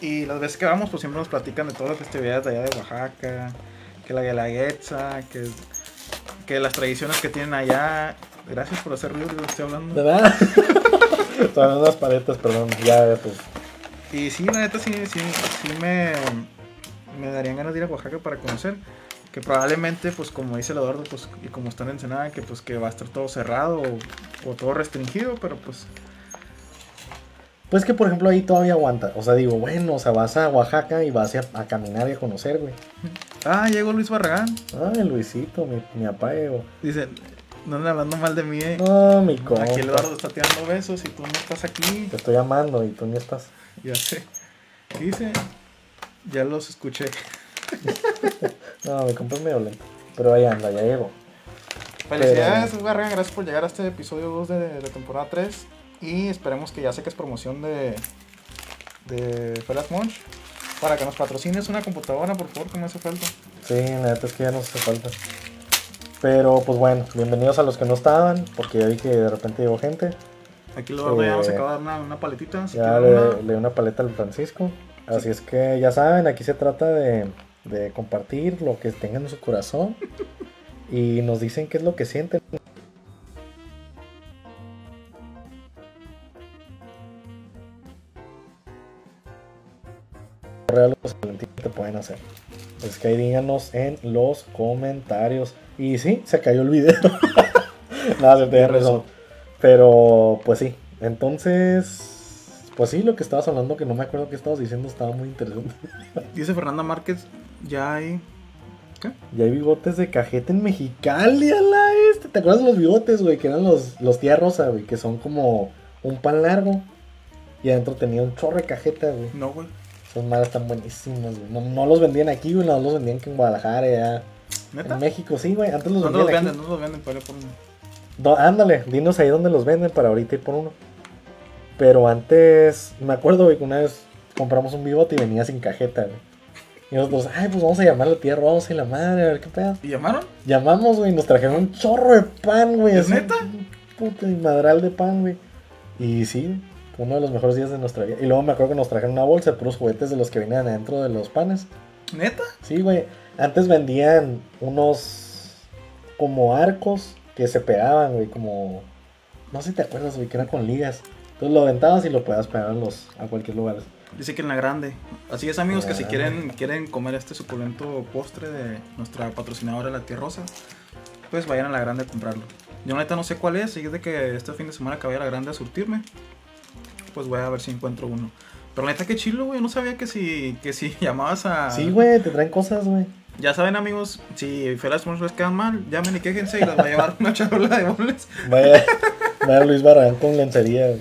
B: Y las veces que vamos, pues siempre nos platican de todas las festividades de allá de Oaxaca, que la guelaguetza, que, que las tradiciones que tienen allá. Gracias por hacer ruido, estoy hablando.
A: De nada. *laughs* Son unas paletas, perdón. Ya, ya, pues.
B: Y sí, la neta sí, sí, sí me, me darían ganas de ir a Oaxaca para conocer. Que probablemente, pues como dice el Eduardo, pues, y como están en Ensenada, que pues que va a estar todo cerrado o, o todo restringido, pero pues
A: Pues que, por ejemplo, ahí todavía aguanta. O sea, digo, bueno, o sea, vas a Oaxaca y vas a, a caminar y a conocer, güey.
B: Ah, llegó Luis Barragán.
A: Ay, Luisito, mi, mi apá, güey.
B: Dicen, no andan hablando mal de mí, eh.
A: No, mi compa.
B: Aquí el Eduardo está tirando besos y tú no estás aquí.
A: Te estoy llamando y tú ni estás.
B: Ya sé. Dice, ya los escuché.
A: No, mi compa es medio lento. Pero ahí anda, ya llego.
B: Felicidades, Luis Barragán, gracias por llegar a este episodio 2 de la temporada 3. Y esperemos que ya sé que es promoción de, de Felas Munch. Para que nos patrocines una computadora, por favor, que me hace falta.
A: Sí, la neta es que ya nos hace falta. Pero pues bueno, bienvenidos a los que no estaban, porque ya vi que de repente llegó gente.
B: Aquí Eduardo
A: Eh,
B: ya nos acaba de dar una, una paletita. Si
A: Ya
B: quieren
A: le,
B: una,
A: le di una paleta al Francisco. Así es que ya saben, aquí se trata de, de compartir lo que tengan en su corazón. Y nos dicen qué es lo que sienten. Real los Valentín que te pueden hacer. Es que ahí díganos en los comentarios. Y sí, se cayó el video. *laughs* Nada, se te da razón. Pero, pues sí. Entonces, pues sí, lo que estabas hablando, que no me acuerdo qué estabas diciendo, estaba muy interesante. *laughs*
B: Dice Fernanda Márquez, ya hay.
A: Y hay bigotes de cajeta en Mexicali, a la este. ¿Te acuerdas de los bigotes, güey? Que eran los, los tía rosa, güey, que son como un pan largo. Y adentro tenía un chorro de cajeta, güey.
B: No, güey.
A: Esas malas están buenísimas, güey. No, no los vendían aquí, güey, no los vendían que en Guadalajara, ya.
B: ¿Neta?
A: En México, sí, güey. Antes los
B: No
A: vendían
B: los
A: aquí.
B: venden, no los venden, pero por uno.
A: Do- ándale, dinos ahí dónde los venden para ahorita ir por uno. Pero antes, me acuerdo, güey, que una vez compramos un bigote y venía sin cajeta, güey. Y nosotros, ay, pues vamos a llamar a la tía Rosa y la madre, a ver qué pedo.
B: ¿Y llamaron?
A: Llamamos, güey, y nos trajeron un chorro de pan, güey.
B: ¿Es
A: así,
B: neta?
A: un Puto y madral de pan, güey. Y sí, fue uno de los mejores días de nuestra vida. Y luego me acuerdo que nos trajeron una bolsa de puros juguetes de los que venían adentro de los panes.
B: ¿Neta?
A: Sí, güey. Antes vendían unos como arcos que se pegaban, güey, como... No sé si te acuerdas, güey, que era con ligas. Entonces lo aventabas y lo podías pegar a, los, a cualquier lugar.
B: Dice que en la grande. Así es, amigos, que si
A: Ah.
B: quieren, quieren comer este suculento postre de nuestra patrocinadora La Tía Rosa, pues vayan a la grande a comprarlo. Yo neta no sé cuál es, y es de que este fin de semana que vaya a la grande a surtirme, pues voy a ver si encuentro uno. Pero neta que chilo, güey, no sabía que si, que si *laughs* llamabas a...
A: Sí, güey, te traen cosas, güey.
B: Ya saben, amigos, si Felas Mons les quedan mal, llamen y quéjense y les va a llevar *laughs* una charola de boles.
A: Vaya, vaya Luis Barragán con lencería. güey.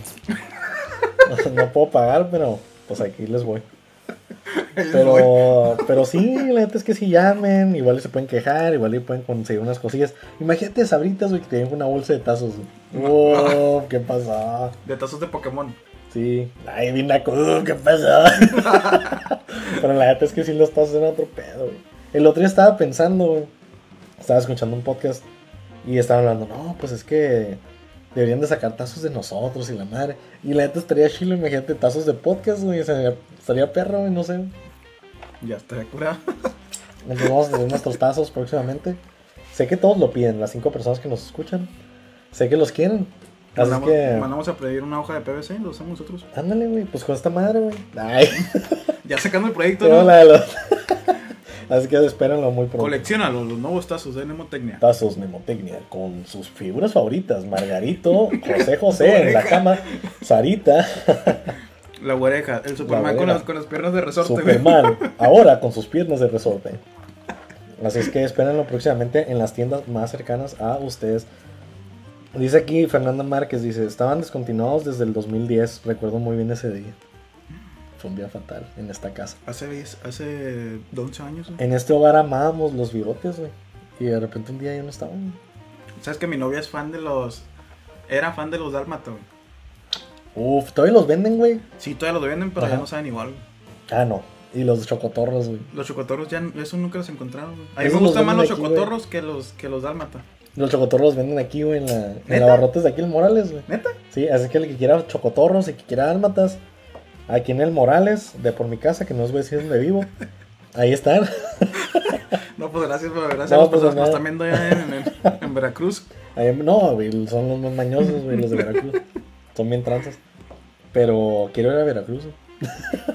A: *laughs* No puedo pagar, pero pues aquí les voy. Pero, pero sí, la neta es que si llamen, igual y se pueden quejar, igual y pueden conseguir unas cosillas. Imagínate sabritas, güey, que te den una bolsa de tazos. güey. Wow, ¿Qué pasó?
B: De tazos de Pokémon.
A: Sí. Ay, bien naco, uh, ¿qué pasó? *laughs* pero la neta es que sí los tazos eran otro pedo, güey. El otro día estaba pensando, güey. Estaba escuchando un podcast y estaban hablando, no, pues es que deberían de sacar tazos de nosotros y la madre. Y la neta estaría chilo, imagínate, tazos de podcast, güey. Estaría, estaría perro, güey, no sé.
B: Ya está curado.
A: Entonces vamos a hacer nuestros tazos próximamente. Sé que todos lo piden, las cinco personas que nos escuchan. Sé que los quieren. Así
B: Mandamos,
A: que.
B: mandamos a pedir una hoja de PVC, lo hacemos nosotros.
A: Ándale, güey, pues con esta madre, güey. Ay,
B: Ya sacando el proyecto,
A: tengo
B: ¿no?
A: la de los- *laughs* Así que espérenlo muy pronto.
B: Colecciona los, los nuevos tazos de Nemotecnia.
A: Tazos Mnemotecnia con sus figuras favoritas:
B: *laughs*
A: Margarito, José José en la cama, Sarita,
B: La oreja, el
A: La
B: Superman con,
A: oreja.
B: las, con las piernas de resorte, güey.
A: Superman, ahora con sus piernas de resorte. Así es que espérenlo próximamente en las tiendas más cercanas a ustedes. Dice aquí Fernanda Márquez, dice, estaban descontinuados desde el 2010, recuerdo muy bien ese día. Fue un día fatal en esta casa.
B: Hace, 10, hace 12 años, güey.
A: En este hogar amábamos los bigotes, güey. Y de repente un día ya no estaban.
B: ¿Sabes que mi novia es fan de los. Era fan de los Dálmata, güey.
A: Uf, todavía los venden, güey.
B: Sí, todavía los venden, pero
A: Ajá.
B: ya no saben igual. güey.
A: Ah, no. Y los chocotorros, güey.
B: Los chocotorros ya. Eso nunca los encontraron, güey. A mí
A: Esos
B: me
A: los
B: gustan más los
A: venden aquí,
B: chocotorros que los, que los Dálmata.
A: Los chocotorros los venden aquí, güey, en la, en
B: ¿Neta?
A: la barrotes de aquí el Morales, güey.
B: ¿Neta?
A: Sí, así que el que quiera chocotorros, el que quiera dálmatas, aquí en el Morales, de por mi casa, que no os voy a decir dónde vivo, ahí están. *laughs*
B: No, pues gracias, pero gracias
A: No,
B: a las
A: pues,
B: personas que
A: nada.
B: nos están viendo allá en, en- en Veracruz.
A: Ahí- no, güey, son los más mañosos, güey, los de Veracruz. Son bien tranzas. Pero quiero ir a Veracruz, güey. *laughs*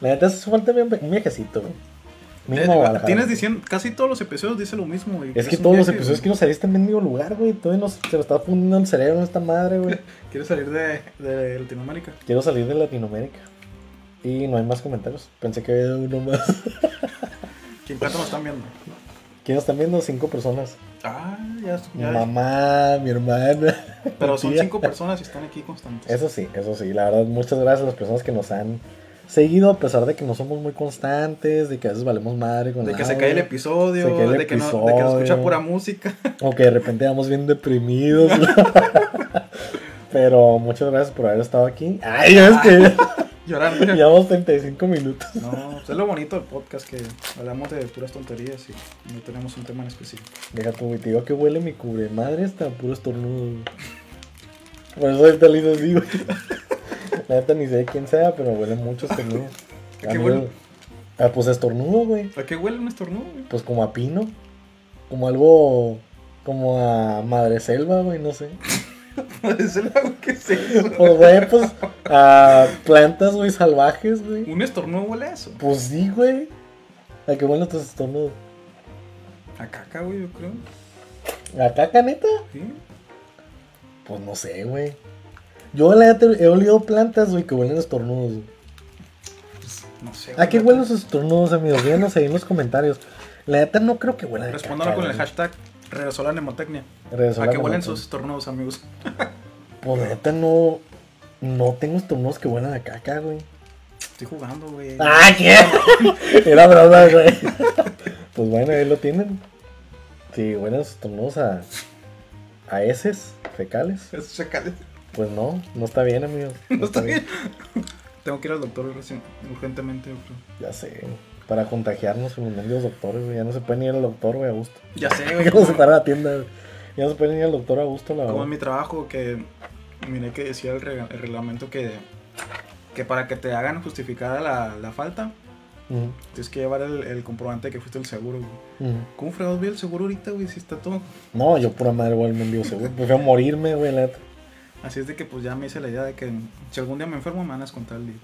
A: La neta, hace falta bien- un viajecito, güey. *laughs* Mínimo a Guadalajara.
B: Eh, Tienes diciendo. Casi todos los episodios dice lo mismo, güey.
A: Es que
B: un
A: todos los
B: viaje,
A: episodios quiero salir de este mendigo lugar, güey. Todavía no, se me está fundiendo el cerebro en esta madre,
B: *laughs*
A: güey.
B: güey. Quiero salir de, de Latinoamérica.
A: Quiero salir de Latinoamérica. Y no hay más comentarios. Pensé que había uno más. *laughs*
B: ¿Quién cuánto nos están viendo?
A: ¿Quiénes están viendo? Cinco personas.
B: Ah, ya.
A: Mi
B: ya
A: mamá, mi hermana. *laughs*
B: Pero son
A: tía.
B: cinco personas y están aquí constantes.
A: Eso sí, eso sí. La verdad, muchas gracias a las personas que nos han seguido, a pesar de que no somos muy constantes, de que a veces valemos madre con
B: De que
A: el
B: se cae el
A: audio,
B: episodio,
A: Se cae el
B: de, que No, de que se escucha
A: episodio.
B: pura música. *laughs*
A: O que de repente vamos bien deprimidos. *laughs* Pero muchas gracias por haber estado aquí. Ay, ya ves que *laughs*
B: Llorar. *laughs*
A: Llevamos 35 minutos.
B: No, pues es lo bonito del podcast que hablamos de puras tonterías y no tenemos un tema en específico.
A: Deja tu güey, te digo que huele mi cubre madre está puro estornudo. güey. Por eso ahorita le hice así, güey. La neta ni sé quién sea, pero huele mucho estornudo.
B: ¿A
A: A
B: qué
A: mí,
B: huele?
A: Ah, pues estornudo, güey.
B: ¿A qué huele un estornudo, güey? *laughs*
A: Pues como a pino. Como algo. Como a madre selva, güey, no sé.
B: Es el agua que se
A: Pues, güey, pues a plantas, güey, salvajes, güey.
B: Un estornudo huele a eso.
A: Pues sí, güey. ¿A qué huelen tus estornudos?
B: A caca, güey, yo creo.
A: ¿A caca, neta?
B: Sí.
A: Pues no sé, güey. Yo la neta he olido plantas, güey, que huelen a estornudos. güey.
B: Pues, no sé.
A: ¿A qué
B: güey.
A: huelen sus estornudos, amigos? Díganos ahí en los comentarios. La neta no creo que huela de
B: Respóndalo
A: caca,
B: con el
A: güey.
B: hashtag regresó la mnemotecnia.
A: Regresó
B: ¿A
A: la
B: qué huelen
A: pregunta.
B: sus estornudos, amigos?
A: Pues la neta no... No tengo estornudos que huelan a caca, güey.
B: Estoy jugando, güey.
A: ¡Ah, qué! Era broma, güey. Pues bueno, ahí lo tienen. Si huelen sus estornudos a... A heces fecales.
B: *laughs* Esos chacales.
A: Pues no, no está bien, amigos.
B: *laughs* No está bien. *laughs* Tengo que ir al doctor recién, urgentemente, yo creo.
A: Ya sé, güey. para contagiarnos con los mendigos doctores, güey. Ya no se pueden ir al doctor, güey, a gusto. *laughs*
B: Ya *laughs* sé,
A: Ya
B: güey.
A: no se
B: Como,
A: para la tienda, güey. Ya no se pueden ir al doctor a gusto, la
B: como
A: verdad.
B: en mi trabajo, que miré que decía el, reg- el reglamento que, que para que te hagan justificada la, la falta,
A: Ujú,
B: tienes que llevar el, el comprobante de que fuiste el seguro, güey.
A: ujú.
B: ¿Cómo fregados vi el seguro ahorita, güey? Si está todo.
A: No, yo pura madre, güey, el mendigo seguro. Prefiero morirme, güey, la neta.
B: Así es de que pues ya me hice la idea de que si algún día me enfermo me van a descontar el día.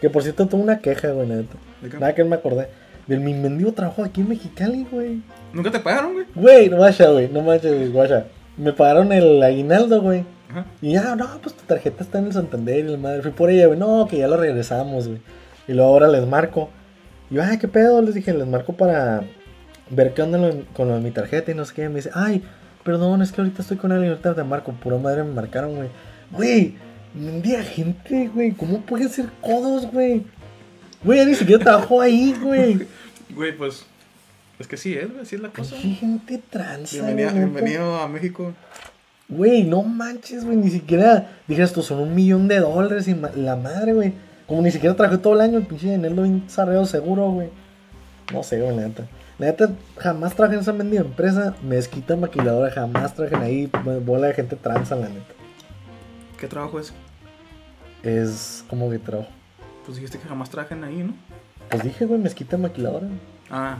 A: Que por cierto, tuve una queja, güey, la neta.
B: ¿De qué?
A: Nada que no me acordé. Del mi mendigo trabajo aquí en Mexicali, güey.
B: ¿Nunca te pagaron, güey?
A: Güey, no vaya, güey, no manches, güey, guacha. Me pagaron el aguinaldo, güey.
B: Ajá.
A: Y ya, no, pues tu tarjeta está en el Santander y la madre. Fui por ella, güey. No, que ya la regresamos, güey. Y luego ahora les marco. Y yo, ah, qué pedo. Les dije, les marco para ver qué onda lo- con lo de mi tarjeta y no sé qué. Me dice, ay, perdón, es que ahorita estoy con alguien. Ahorita te marco. Pura madre me marcaron, güey. Güey, mendiga gente, güey. ¿Cómo pueden ser codos, güey? Güey, ya ni siquiera trabajo ahí, güey.
B: Güey, pues. Es que sí, es, güey, así es la cosa.
A: Qué gente trans.
B: Bienvenido, bienvenido a México.
A: Güey, no manches, güey, ni siquiera dijeras tú, son un millón de dólares y ma- la madre, güey. Como ni siquiera trabajé todo el año, el pinche dinero bien zarreo seguro, güey. No sé, güey, la neta. La neta, jamás trabajé en esa mendiga empresa, mezquita maquiladora, jamás trabajé en ahí, bo- bola de gente tranza, la neta.
B: ¿Qué trabajo es?
A: Es como que trabajo.
B: Pues dijiste que jamás trajen ahí, ¿no?
A: Pues dije, güey, mezquita maquiladora.
B: Ah,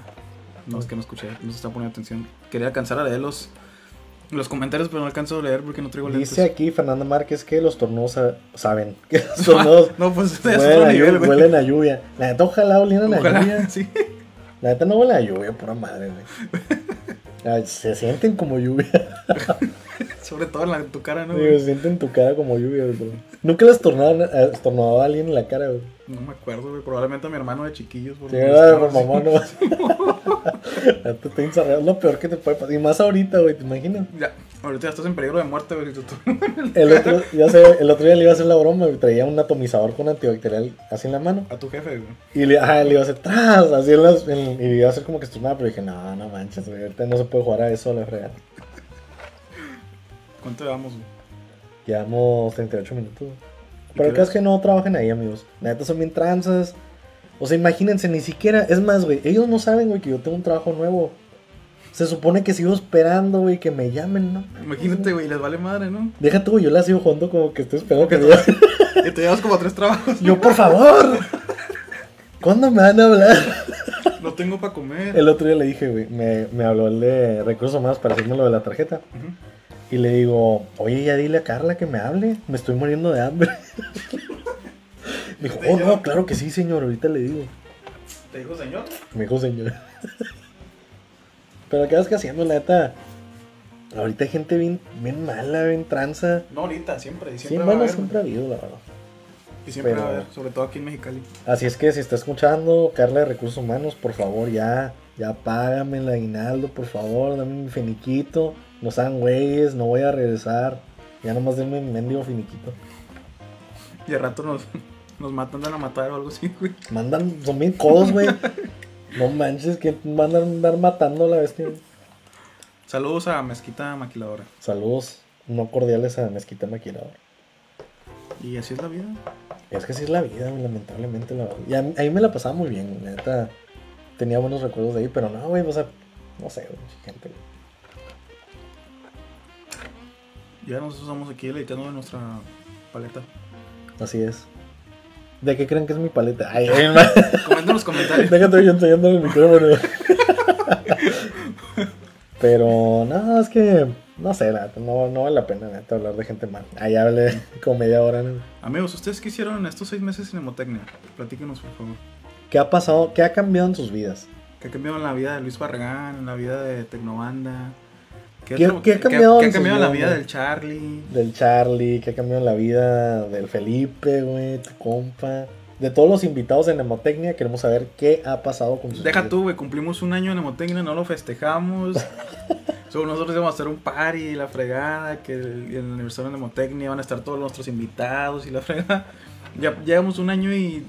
B: no, es que no escuché, no se está poniendo atención. Quería alcanzar a leer los, los comentarios, pero no alcanzo a leer porque no traigo lentes.
A: Dice aquí Fernanda Márquez que los tornados sa- saben, que
B: *laughs*
A: los tornados
B: No, pues es
A: huelen,
B: otro
A: a
B: nivel,
A: lluvia,
B: güey.
A: huelen a lluvia. La neta, ojalá olieran a lluvia.
B: Ojalá, *laughs* sí.
A: La neta no huele a lluvia, pura madre, güey.
B: *laughs*
A: Ay, Se sienten como lluvia.
B: Sobre todo en, la, en tu cara, ¿no?
A: Digo,
B: güey?
A: se sienten tu cara como lluvia, güey. Nunca les tornaban- eh, estornudaba a alguien en la cara, güey.
B: No me acuerdo, güey. Probablemente a mi hermano de chiquillos. por
A: Sí, era por
B: molestarnos.
A: mamón, nomás. *laughs* Ya te estoy encerrado, Es lo peor que te puede pasar. Y más ahorita, güey, ¿te imaginas?
B: *laughs* Ya, ahorita ya estás en peligro de muerte, güey. si tú-
A: El otro, ya sé, el otro día le iba a hacer la broma, güey. Traía un atomizador con antibacterial así en la mano.
B: A tu jefe, güey.
A: Y le, ajá, le iba a hacer tras, así en las, en- y iba a hacer como que estornaba, pero dije, no, no manches, güey. Ahorita no se puede jugar a eso, la fregada.
B: ¿Cuánto llevamos, güey?
A: Llevamos 38 minutos. güey.
B: ¿Y
A: Pero
B: qué
A: el caso es que no trabajen ahí, amigos. La neta son bien tranzas. O sea, imagínense, ni siquiera. Es más, güey, ellos no saben, güey, que yo tengo un trabajo nuevo. Se supone que sigo esperando, güey, que me llamen, ¿no?
B: Imagínate, güey, les vale madre, ¿no?
A: Deja tú, güey, yo la sigo jugando como que estoy esperando que me llamen.
B: Y te llevas como tres
A: *laughs*
B: trabajos.
A: Yo, por favor. *laughs* ¿Cuándo me van a hablar?
B: *laughs* No tengo para comer.
A: El otro día le dije, güey, me, me habló el de recursos humanos para decirme lo de la tarjeta.
B: Ujú.
A: Y le digo, oye, ya dile a Carla que me hable, me estoy muriendo de
B: *laughs*
A: hambre. me dijo, oh, no, claro que sí, señor, ahorita le digo.
B: Te dijo, señor.
A: Me dijo, señor. *laughs* Pero acabas que haciendo, la neta. Ahorita hay gente bien, bien mala, bien tranza.
B: No, ahorita, siempre.
A: Sí,
B: Siempre va a
A: bueno,
B: haber,
A: siempre ha habido, la verdad.
B: güey. Y siempre
A: pero-
B: va a haber, sobre todo aquí en Mexicali.
A: Así es que si está escuchando Carla de Recursos Humanos, por favor, ya, ya págame el aguinaldo, por favor, dame mi finiquito. No sean güeyes, no voy a regresar. Ya nomás denme mi mendigo finiquito.
B: Y al rato nos, *laughs* nos matan, dan a matar o algo así, güey.
A: Mandan, son bien codos, güey. No manches, que van a andar matando a la bestia.
B: Saludos a Mezquita Maquiladora.
A: Saludos no cordiales a Mezquita Maquilador.
B: Y así es la vida.
A: Es que así es la vida, güey, lamentablemente. La... Y a mí- ahí me la pasaba muy bien, güey, la neta. Tenía buenos recuerdos de ahí, pero no, güey, o sea, no sé, güey, gente. güey.
B: Ya nosotros estamos aquí editando de nuestra paleta.
A: Así es. ¿De qué creen que es mi paleta? Ay, *laughs* ay, ma-
B: Comenta en
A: *laughs*
B: los comentarios.
A: déjate yo enseñando el micrófono. *laughs* pero, no, es que, no sé, la neta, no, no vale la pena, la neta, hablar de gente mal. Ahí hablé como media hora, ¿no?
B: Amigos, ¿ustedes qué hicieron en estos seis meses de Cinemotecnia? Platíquenos, por favor.
A: ¿Qué ha pasado? ¿Qué ha cambiado en sus vidas?
B: ¿Qué ha cambiado en la vida de Luis Barragán? ¿En la vida de Tecnobanda?
A: ¿Qué-
B: otro-
A: qué ha cambiado
B: qué
A: en
B: ha cambiado en la
A: sus
B: vida
A: vidas?
B: del Charlie?
A: Del Charlie, que ha cambiado la vida del Felipe, güey, tu compa. De todos los invitados de Nemotecnia, queremos saber qué ha pasado con sus
B: Deja
A: vidas.
B: tú, güey, cumplimos un año en Emotecnia, no
A: *laughs*
B: lo festejamos. So, nosotros íbamos a hacer un party, la fregada, que el, el aniversario de Emotecnia van a estar todos nuestros invitados y la *laughs* fregada. Ya llevamos un año y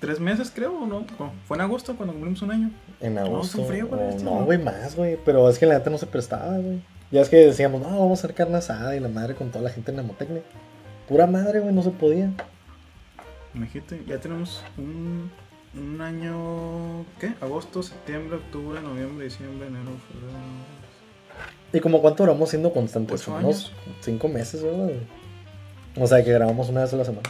B: tres meses, creo, ¿o ¿no? Cu- Fue en agosto cuando cumplimos un año.
A: En agosto.
B: fue frío para este
A: o-
B: esto,
A: no,
B: ¿no?
A: güey, más, güey. Pero es que la neta no se prestaba, güey. Ya es que decíamos, no, vamos a hacer carne asada y la madre con toda la gente en Nemotecnia. Pura madre, güey, no se podía.
B: Imagínate, ya tenemos un, un año, ¿qué? Agosto, septiembre, octubre, noviembre, diciembre, enero, febrero.
A: ¿Y como cuánto duramos siendo constantes?
B: Ocho
A: Unos cinco meses, ¿verdad? O sea, que grabamos una vez a la semana.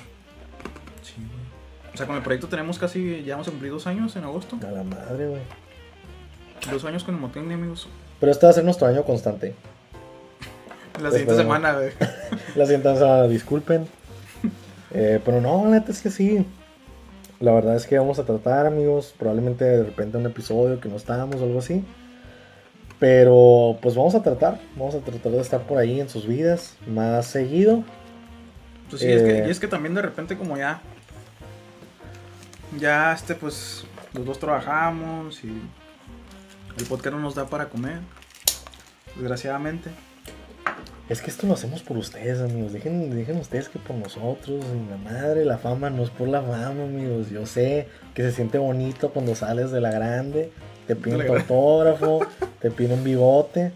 B: Sí, güey. O sea, con el proyecto tenemos casi, ya hemos cumplido dos años en agosto.
A: A la madre, güey.
B: Dos años con Emotecnia, amigos.
A: Pero este va a ser nuestro año constante.
B: La
A: Pues,
B: siguiente
A: bueno.
B: semana, güey.
A: La siguiente semana, disculpen. Eh, pero no, la neta es que sí. La verdad es que vamos a tratar, amigos, probablemente de repente un episodio que no estábamos o algo así. Pero pues vamos a tratar, vamos a tratar de estar por ahí en sus vidas más seguido.
B: Pues sí, es que,
A: Eh.
B: y es que también de repente como ya, ya este pues los dos trabajamos y el podcast no nos da para comer, desgraciadamente.
A: Es que esto lo hacemos por ustedes, amigos. Dejen, dejen ustedes que por nosotros, y la madre, la fama no es por la fama, amigos. Yo sé que se siente bonito cuando sales de la grande, te piden
B: la
A: tu
B: grande. *laughs*
A: autógrafo, te piden un bigote,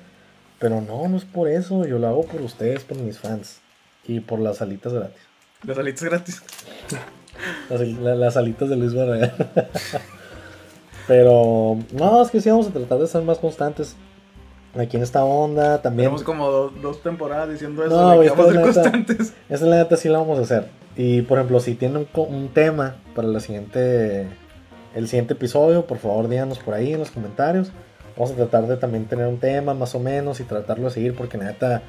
A: pero no, no es por eso. Yo lo hago por ustedes, por mis fans y por las alitas gratis.
B: Las alitas gratis.
A: Las, la- las alitas de Luis Barragán. *laughs* pero no, es que sí vamos a tratar de ser más constantes aquí en esta onda. También
B: Tenemos como do- dos temporadas diciendo eso,
A: No,
B: de
A: güey,
B: que vamos a
A: esta es
B: ser
A: la
B: constantes.
A: Esa la neta sí la vamos a hacer. Y por ejemplo, si tienen un, co- un tema para la siguiente, el siguiente episodio, por favor díganos por ahí en los comentarios. Vamos a tratar de también tener un tema más o menos y tratarlo de seguir porque la neta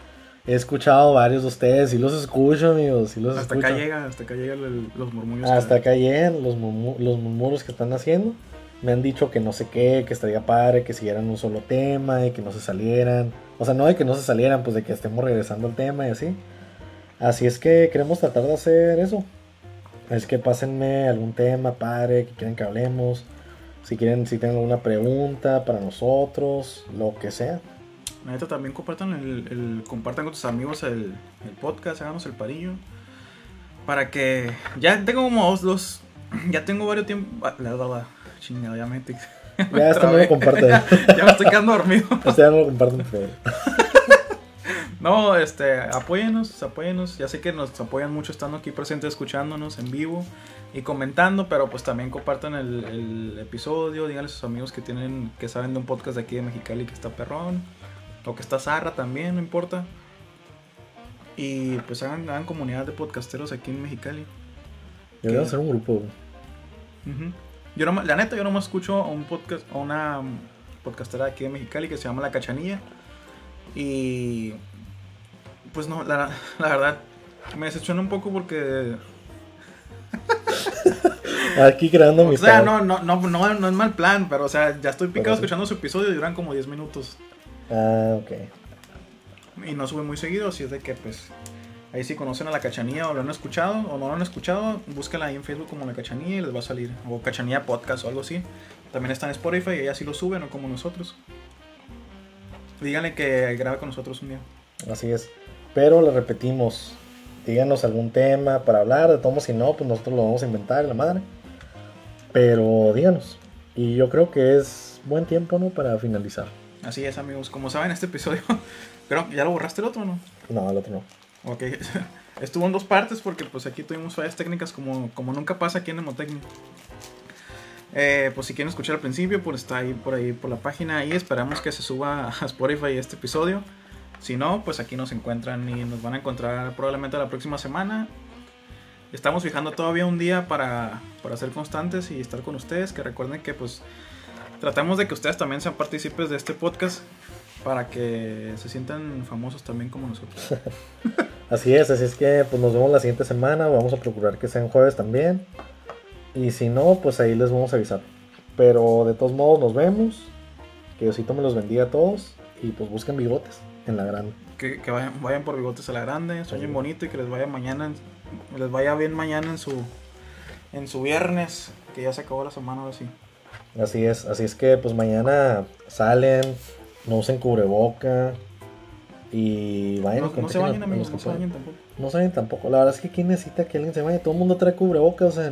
A: he escuchado varios de ustedes y los escucho, amigos, y los
B: Hasta
A: escucho.
B: acá llega, hasta acá llegan los murmullos. que-
A: Hasta acá llegan los, murmu- los murmuros que están haciendo. Me han dicho que no sé qué, que estaría padre, que siguieran un solo tema y que no se salieran. O sea, no de que no se salieran, pues de que estemos regresando al tema y así. Así es que queremos tratar de hacer eso. Es que pásenme algún tema padre que quieran que hablemos. Si quieren, si tienen alguna pregunta para nosotros, lo que sea.
B: La neta también compartan el, el- compartan con tus amigos el, el podcast, hagamos el parillo. Para que ya tengo como dos, dos- *clears throat* ya tengo varios tiempo, ah, la, la, la, chingada, ya me *laughs* tic- me
A: Ya esto no
B: trabé.
A: lo comparten.
B: *laughs* ya me estoy quedando dormido.
A: Este ya no lo comparten, por
B: *laughs*
A: favor.
B: No, este, apóyenos, apóyenos. Ya sé que nos apoyan mucho estando aquí presentes, escuchándonos en vivo y comentando, pero pues también compartan el, el episodio, díganle a sus amigos que tienen, que saben de un podcast de aquí de Mexicali que está perrón, o que está Zarra también, no importa. Y pues hagan, hagan comunidad de podcasteros aquí en Mexicali.
A: Deberíamos hacer un grupo. güey.
B: Ujú. Yo no, la neta, yo nomás escucho a un podcast, a una um, podcastera de aquí de Mexicali que se llama La Cachanilla. Y pues no, la, la verdad, me decepciona un poco porque.
A: Aquí creando
B: O
A: amistad.
B: sea, no, no, no, no, no es mal plan, pero o sea, ya estoy picado
A: Pero sí.
B: escuchando su episodio y duran como 10 minutos.
A: Ah, ok.
B: Y no sube muy seguido, así es de que pues. Ahí si conocen a la cachanilla o lo han escuchado o no lo han escuchado, búsquenla ahí en Facebook como la cachanilla y les va a salir. O cachanilla podcast o algo así. También está en Spotify y ella sí lo sube, no como nosotros. Díganle que grabe con nosotros un día.
A: Así es. Pero le repetimos, díganos algún tema para hablar, de tomo si no, pues nosotros lo vamos a inventar, la madre. Pero díganos. Y yo creo que es buen tiempo, ¿no? Para finalizar.
B: Así es *laughs* amigos, como saben este episodio, creo que ya lo borraste el otro, ¿no?
A: No, el otro no.
B: Ok, *laughs* Estuvo en dos partes porque pues aquí tuvimos fallas técnicas como, como nunca pasa aquí en Emotecnia. Eh, pues si quieren escuchar al principio, pues está ahí por ahí por la página y esperamos que se suba *laughs* a Spotify este episodio. Si no, pues aquí nos encuentran y nos van a encontrar probablemente la próxima semana. Estamos fijando todavía un día para, para ser constantes y estar con ustedes. Que recuerden que pues tratamos de que ustedes también sean partícipes de este podcast para que se sientan famosos también como nosotros.
A: Así es, así es que pues nos vemos la siguiente semana. Vamos a procurar que sea en jueves también. Y si no, pues ahí les vamos a avisar. Pero de todos modos nos vemos. Que Diosito me los bendiga a todos. Y pues busquen bigotes en la grande.
B: Que, que vayan, vayan por bigotes a la grande, sueñen
A: Sí.
B: bonito y que les vaya mañana, en- les vaya bien mañana en su en su viernes, que ya se acabó la semana ahora sí.
A: Así es, así es que pues mañana salen, no usen cubreboca. Y vayan y
B: No, no se
A: contagian a-
B: bañen
A: a los
B: amigos, no
A: que
B: se
A: puedan.
B: bañen tampoco.
A: No saben tampoco. La verdad es que quién necesita que alguien se vaya. Todo el mundo trae cubrebocas. O sea,